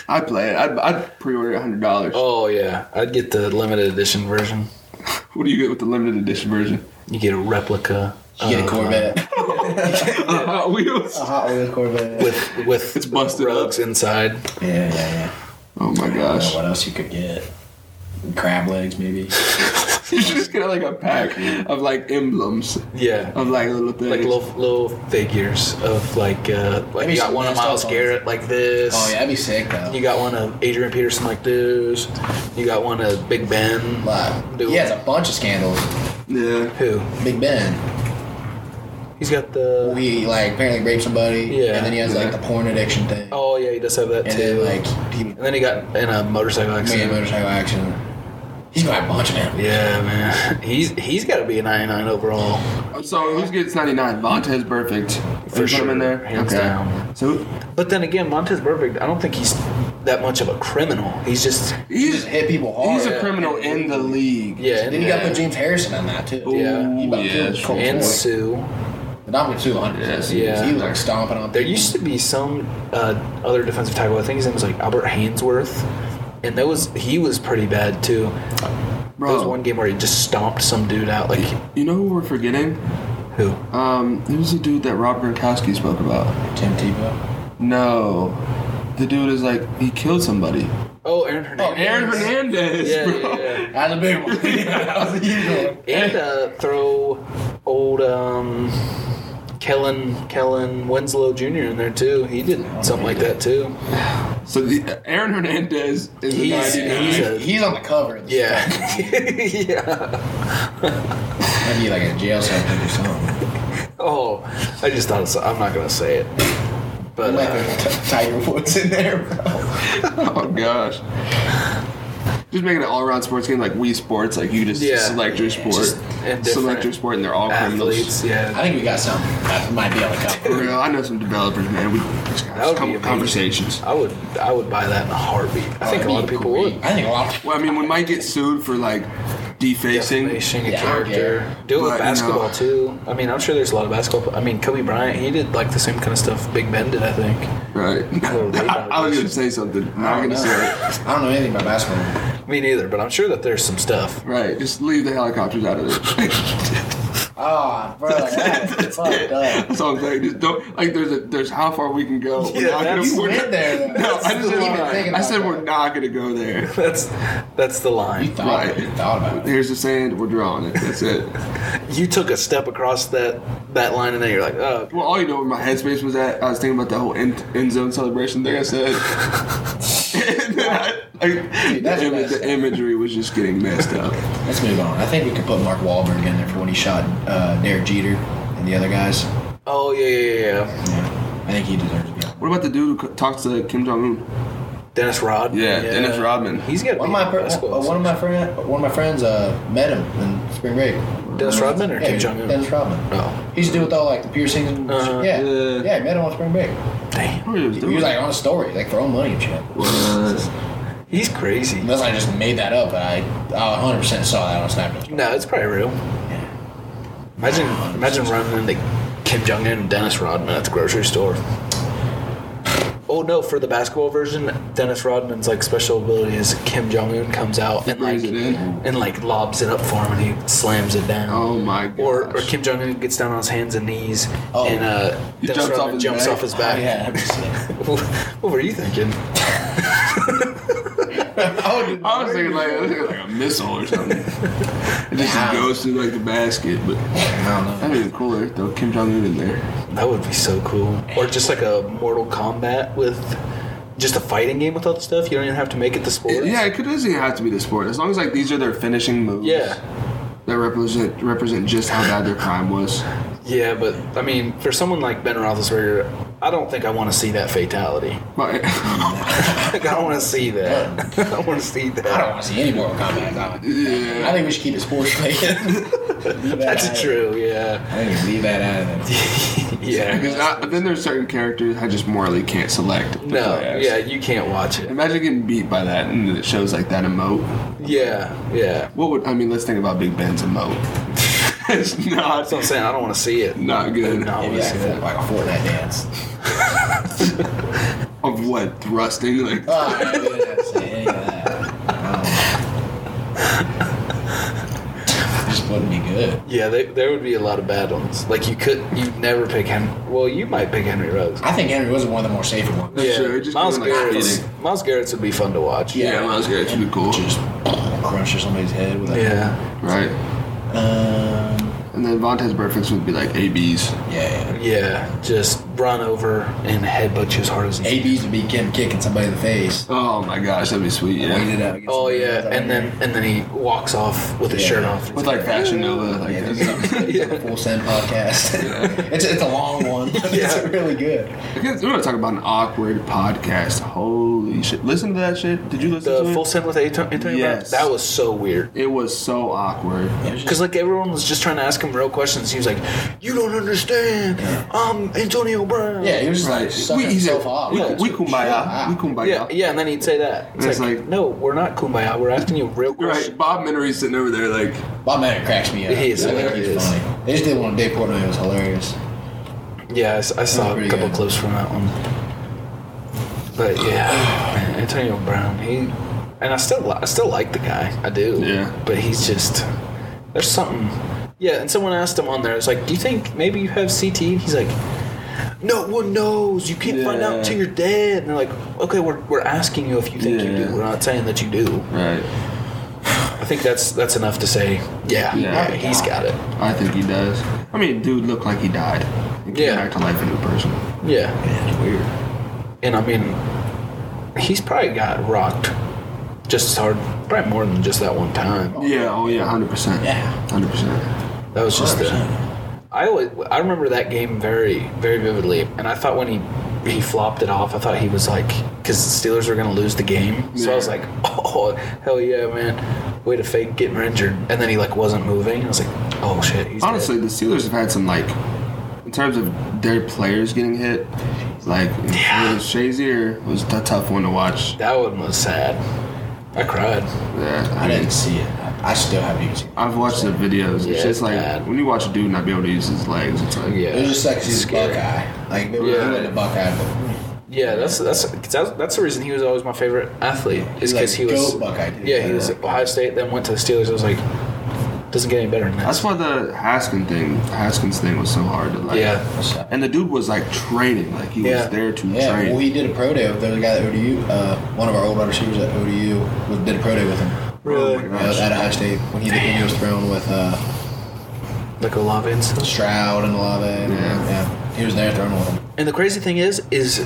I play it. I'd, I'd pre-order it hundred dollars. Oh yeah, I'd get the limited edition version. What do you get with the limited edition version? You get a replica. You get a of, Corvette. Uh, Hot Wheels. A Hot Wheels Corvette. uh, with with It's busted up. rugs inside. yeah, yeah, yeah. Oh my I don't gosh. know what else you could get. Crab legs, maybe. You should just get like a pack of like emblems Yeah. of like little things. like little little figures of like uh like Maybe you got some one of messed up Miles ones. Garrett like this. Oh yeah, that'd be sick though. You got one of Adrian Peterson like this. You got one of Big Ben. Lot. Do He it. has a bunch of scandals. yeah. Who? Big Ben. He's got the. We like apparently raped somebody. Yeah. And then he has like the porn addiction thing. oh yeah, he does have that and too. then like he and then he got in a motorcycle made a accident. motorcycle accident. He's got a bunch of them. Yeah, man. He's he's got to be a 99 overall. So who's gets 99? Vontez perfect. For Put him sure. in there. Hands okay. down. So But then again, Montez Perfect, I don't think he's that much of a criminal. He's just He he's just hit people hard. he's a criminal in the league. yeah. Then and- you got to put James Harrison on that too. Ooh, Yeah. He about to kill yeah. his sure. Colt and boy. Sue. The Dominic too, 100. Yeah. He was like stomping on. There people. used to be some uh, other defensive tackle. I think his name was like Albert Hainsworth, and that was he was pretty bad too. There was Bro. one game where he just stomped some dude out. Like You know who we're forgetting? who? Um, there's a dude that Rob Gronkowski spoke about. Tim Tebow. No, the dude is like he killed somebody. Oh, Aaron Hernandez. Aaron Oh, Hernandez, Yeah, bro. yeah, yeah. That's a big one. that was a huge one. And uh, throw old um, Kellen Kellen Winslow Jr. in there too. He did something like that too. So the, Aaron Hernandez is a He's- 99. he's a- He's, he's on the cover. Of this Yeah, stuff. yeah. That'd be like a jail sentence or something. Oh, I just thought of so- I'm not gonna say it, but Like uh, a t- Tiger Woods in there, bro. Oh gosh. Just making an all-around sports game like Wii Sports, like you just Yeah. select your sport, Just- and different select your sport, and they're all criminals. athletes. Yeah, I think we got something that might be on the cover. Bro, I know some developers, man. We just That would got be amazing. some conversations. I would I would buy that in a heartbeat. I think a lot of people would. I think a lot. Well, I mean, we might get sued for like defacing. Defamation, Yeah, a I character. get Do it with But, you basketball know- too. I mean, I'm sure there's a lot of basketball. I mean, Kobe Bryant, he did like the same kind of stuff Big Ben did. I think. Right. Oh, they I, I was validation. gonna say something. I'm not I don't, Oh, gonna know. say it. I don't know anything about basketball. Me neither, but I'm sure that there's some stuff. Right. Just leave the helicopters out of it. Oh, bro, like that's fucked up. That's all I'm saying. Just don't like. There's a there's how far we can go. Yeah, We're not gonna. that's- You We're went not, there. Though. no, I just Even said, thinking I about said that. we're not gonna go there. That's that's the You line. thought, Right. you thought about it. Here's the sand. We're drawing it. That's it. You took a step across that that line, and then you're like, oh, Well, all you know where my headspace was at, I was thinking about that whole end, end zone celebration thing I said. and then I, I, that's the, image, messed the up. imagery was just getting messed up. Let's move on. I think we could put Mark Wahlberg in there for when he shot uh, Derek Jeter and the other guys. oh yeah, yeah, yeah, yeah. Yeah, I think he deserves it. What about the dude who c- talks to Kim Jong Un? Dennis Rodman. Yeah, Dennis Rodman. He's got to One be of my per- basketball. uh, one of my friend one of my friends uh, met him in spring break. Dennis Rodman or Yeah, Kim Jong Un? Dennis Rodman. Oh, He used to do with all like the piercings and Uh-huh. shit. Yeah. Yeah. yeah, I met him on spring break. damn, What was He was like on a story, like for own money and shit. he's crazy. Unless I just made that up, but I, I 100% saw that on Snapchat. No, it's probably real. Imagine, imagine running into Kim Jong Un and Dennis Rodman at the grocery store. Oh no! For the basketball version, Dennis Rodman's like special ability is Kim Jong Un comes out and like brings it in. and like lobs it up for him, and he slams it down. Oh my god. Or, or Kim Jong Un gets down on his hands and knees, Oh. and uh, He Dennis jumps off Rodman his jumps back? off his Oh, back. yeah, that'd be sick. what were you thinking? I would do I was thinking like, I was thinking like a missile or something. it just Wow. goes through like the basket, but I don't know. that'd be cooler though. Kim Jong Un in there. That would be so cool. Or just like a Mortal Kombat with just a fighting game with all the stuff. You don't even have to make it the sport. yeah, it could doesn't even have to be the sport. As long as like these are their finishing moves. Yeah. That represent represent just how bad their crime was. Yeah, but I mean, for someone like Ben Roethlisberger, I don't think I want to see that fatality. But Like, I don't want to see that. I want to see I don't that. want to see any Mortal Kombat. I, I think we should keep it sports related. That's true. Yeah. I think we leave that out of it. Yeah. Because I- then there's certain characters I just morally can't select. to No. play as. Yeah, you can't watch it. Imagine getting beat by that, and it shows like that emote. Yeah. Yeah. What would I mean? Let's think about Big Ben's emote. it's not That's what I'm saying. I don't want to see it. not good. No, I want to Maybe like, see a- that. like a Fortnite dance. Of what thrusting? Like Oh, I didn't have to say any of that. Um, just wouldn't be good. good. Yeah, they, there would be a lot of bad ones. Like you could, you never pick Henry. Well, you might pick Henry Ruggs. I think Henry was one of the more safer ones. Yeah, sure, just Miles kinda like Garrett's feeding. Miles Garrett's would be fun to watch. Yeah, Miles Garrett should be cool. Just crunches somebody's head with a yeah, right? Um, And then Vontez Burfict would be like ABs. yeah, yeah. yeah. Just run over and headbutt you as hard as you. AB's would be him kicking somebody in the face. Oh my gosh, that'd be sweet. Yeah, Weighted out against Oh somebody yeah, else. and then and then he walks off with his Yeah. shirt off. with like Fashion Nova, like Yeah, that. this is a full send podcast. it's, it's a long one. it's really good. I guess We're gonna talk about an awkward podcast. Holy shit! Listen to that shit. Did you listen the to full it? send with Antonio Brown. Yes. That was so weird. It was so awkward. Because like everyone was just trying to ask him real questions. He was like, "You don't understand. I'm Antonio Brown." Yeah, he was just like Right. sucking he's himself a- off. We, Yeah. we kumbaya. Shut We up. kumbaya. Yeah, yeah, and then he'd say that. It's, And it's like, like- no, we're not kumbaya. We're asking you real You're questions. right. Bob Menery's sitting over there like, Bob Manning cracks me up. He is I think hilarious. he's funny. They just did one with Dave Portnoy. It was hilarious. Yeah, I, s- I saw a pretty couple good. clips from that one. But yeah, man, Antonio Brown. He and I still li- I still like the guy. I do. Yeah. But he's just there's something. Yeah, and someone asked him on there. It's like, do you think maybe you have CT? He's like, no one knows. You can't find out Yeah. until you're dead. And they're like, okay, we're, we're asking you if you think you Yeah. do. We're not saying that you do. right. I think that's that's enough to say. Yeah, Yeah. yeah. he's got it. I think he does. I mean, dude looked like he died. He came Yeah. back to life a new person. Yeah. weird. And I mean, he's probably got rocked just as hard, probably more than just that one time. Yeah. Oh yeah. Hundred percent. Yeah. Hundred percent. That was just the. 100%. I always, I remember that game very, very vividly. And I thought when he he flopped it off, I thought he was like, because the Steelers were going to lose the game. So I was Yeah. like, oh, hell yeah, man. Way to fake getting injured. And then he like wasn't moving. I was like, oh shit. He's dead." Honestly, the Steelers have had some like, in terms of their players getting hit, like Yeah. Shazier was a tough one to watch. that one was sad. I cried. Yeah, I mean, didn't see it. I I still haven't even seen it. I've watched the videos. Yeah, it's just it's like bad. when you watch a dude not be able to use his legs, it's like Yeah. It was just like he's a Scary. Buckeye. Like maybe Yeah. yeah. he was a Buckeye, but Yeah, that's that's 'cause that's, that's the reason he was always my favorite athlete. Is Like, because he was goat Buckeye, dude. yeah he was at Ohio State, then went to the Steelers. I was like, doesn't get any better than that. That's why the Haskins thing, Haskins thing was so hard to like. Yeah. And the dude was like training, like he Yeah. was there to Yeah, train. well, he did a pro day with the other guy at ODU. Uh, one of our old wide receivers at ODU was, did a pro day with him. Really? Uh, at Ohio State when he, when he was thrown with uh, like Olave and stuff. Stroud and Olave. and- Yeah. Yeah. he was there throwing with him. And the crazy thing is, is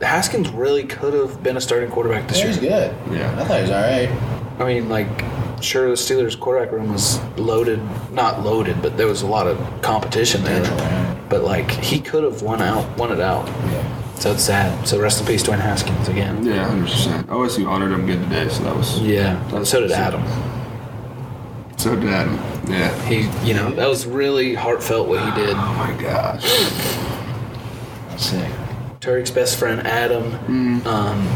Haskins really could have been a starting quarterback this Yeah, he was year. good. Yeah. I thought he was all right. I mean, like, sure the Steelers quarterback room was loaded, not loaded, but there was a lot of competition there. Potential, yeah. But like, he could have won out, won it out. Yeah. So it's sad. So rest in peace, Dwayne Haskins again. yeah, hundred percent. OSU honored him good today, so that was Yeah. That's- So did Adam. So did Adam. Yeah. He, you know, that was really heartfelt what he did. Oh my gosh. That's sick. Tariq's best friend Adam Mm. um,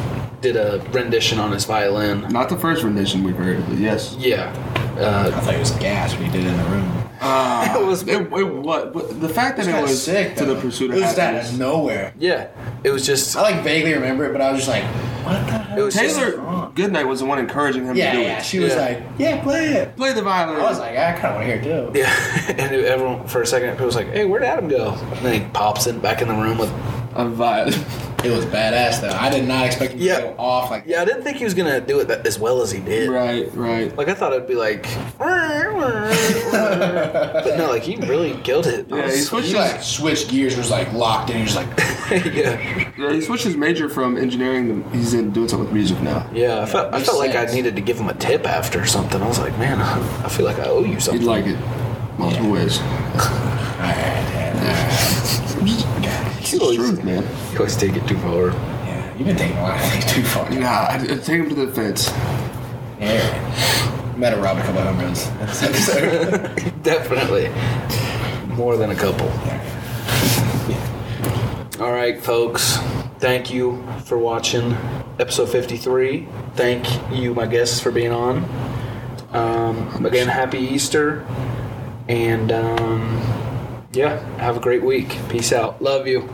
did a rendition on his violin. Not the first rendition we've heard, but yes. Yeah, uh, I thought he was gas when he did it in the room. it was. Uh, It, it, what, but the fact that it kinda was to though. the pursuit of It was that out happiness. of nowhere. Yeah, it was just. I Oh. like vaguely remember it, but I was just like, what the hell? It was just- Taylor Goodnight was the one encouraging him yeah, to do yeah. it. She was Yeah. like, yeah, play it. Play the violin. I was like, I kind of want to hear it too. Yeah, and everyone for a second it was like, "Hey, where'd Adam go?" And then he pops in back in the room with. a violin. It was badass though. I did not expect him Yeah. to go off like Yeah, I didn't think he was gonna do it that, as well as he did. right, right. Like I thought it'd be like, but no, like he really killed it. Yeah, he switched He his like switched gears, was like locked in. He was like, yeah, Yeah, he switched his major from engineering to he's in doing something with music now. yeah. I felt I Makes felt like I sense. needed to give him a tip after or something. I was like, man, I feel like I owe you He'd something. like it. Multiple ways. all right, yeah, It's the truth, man. You always take it too far. all right. yeah. You've been taking a lot of things too far. Nah, I, I take him to the fence. Yeah. Met a rob a couple home runs. That's episode. Definitely. More than a couple. All right, folks. Thank you for watching episode 53. Thank you, my guests, for being on. Um, again, happy Easter. And um, yeah, have a great week. Peace out. Love you.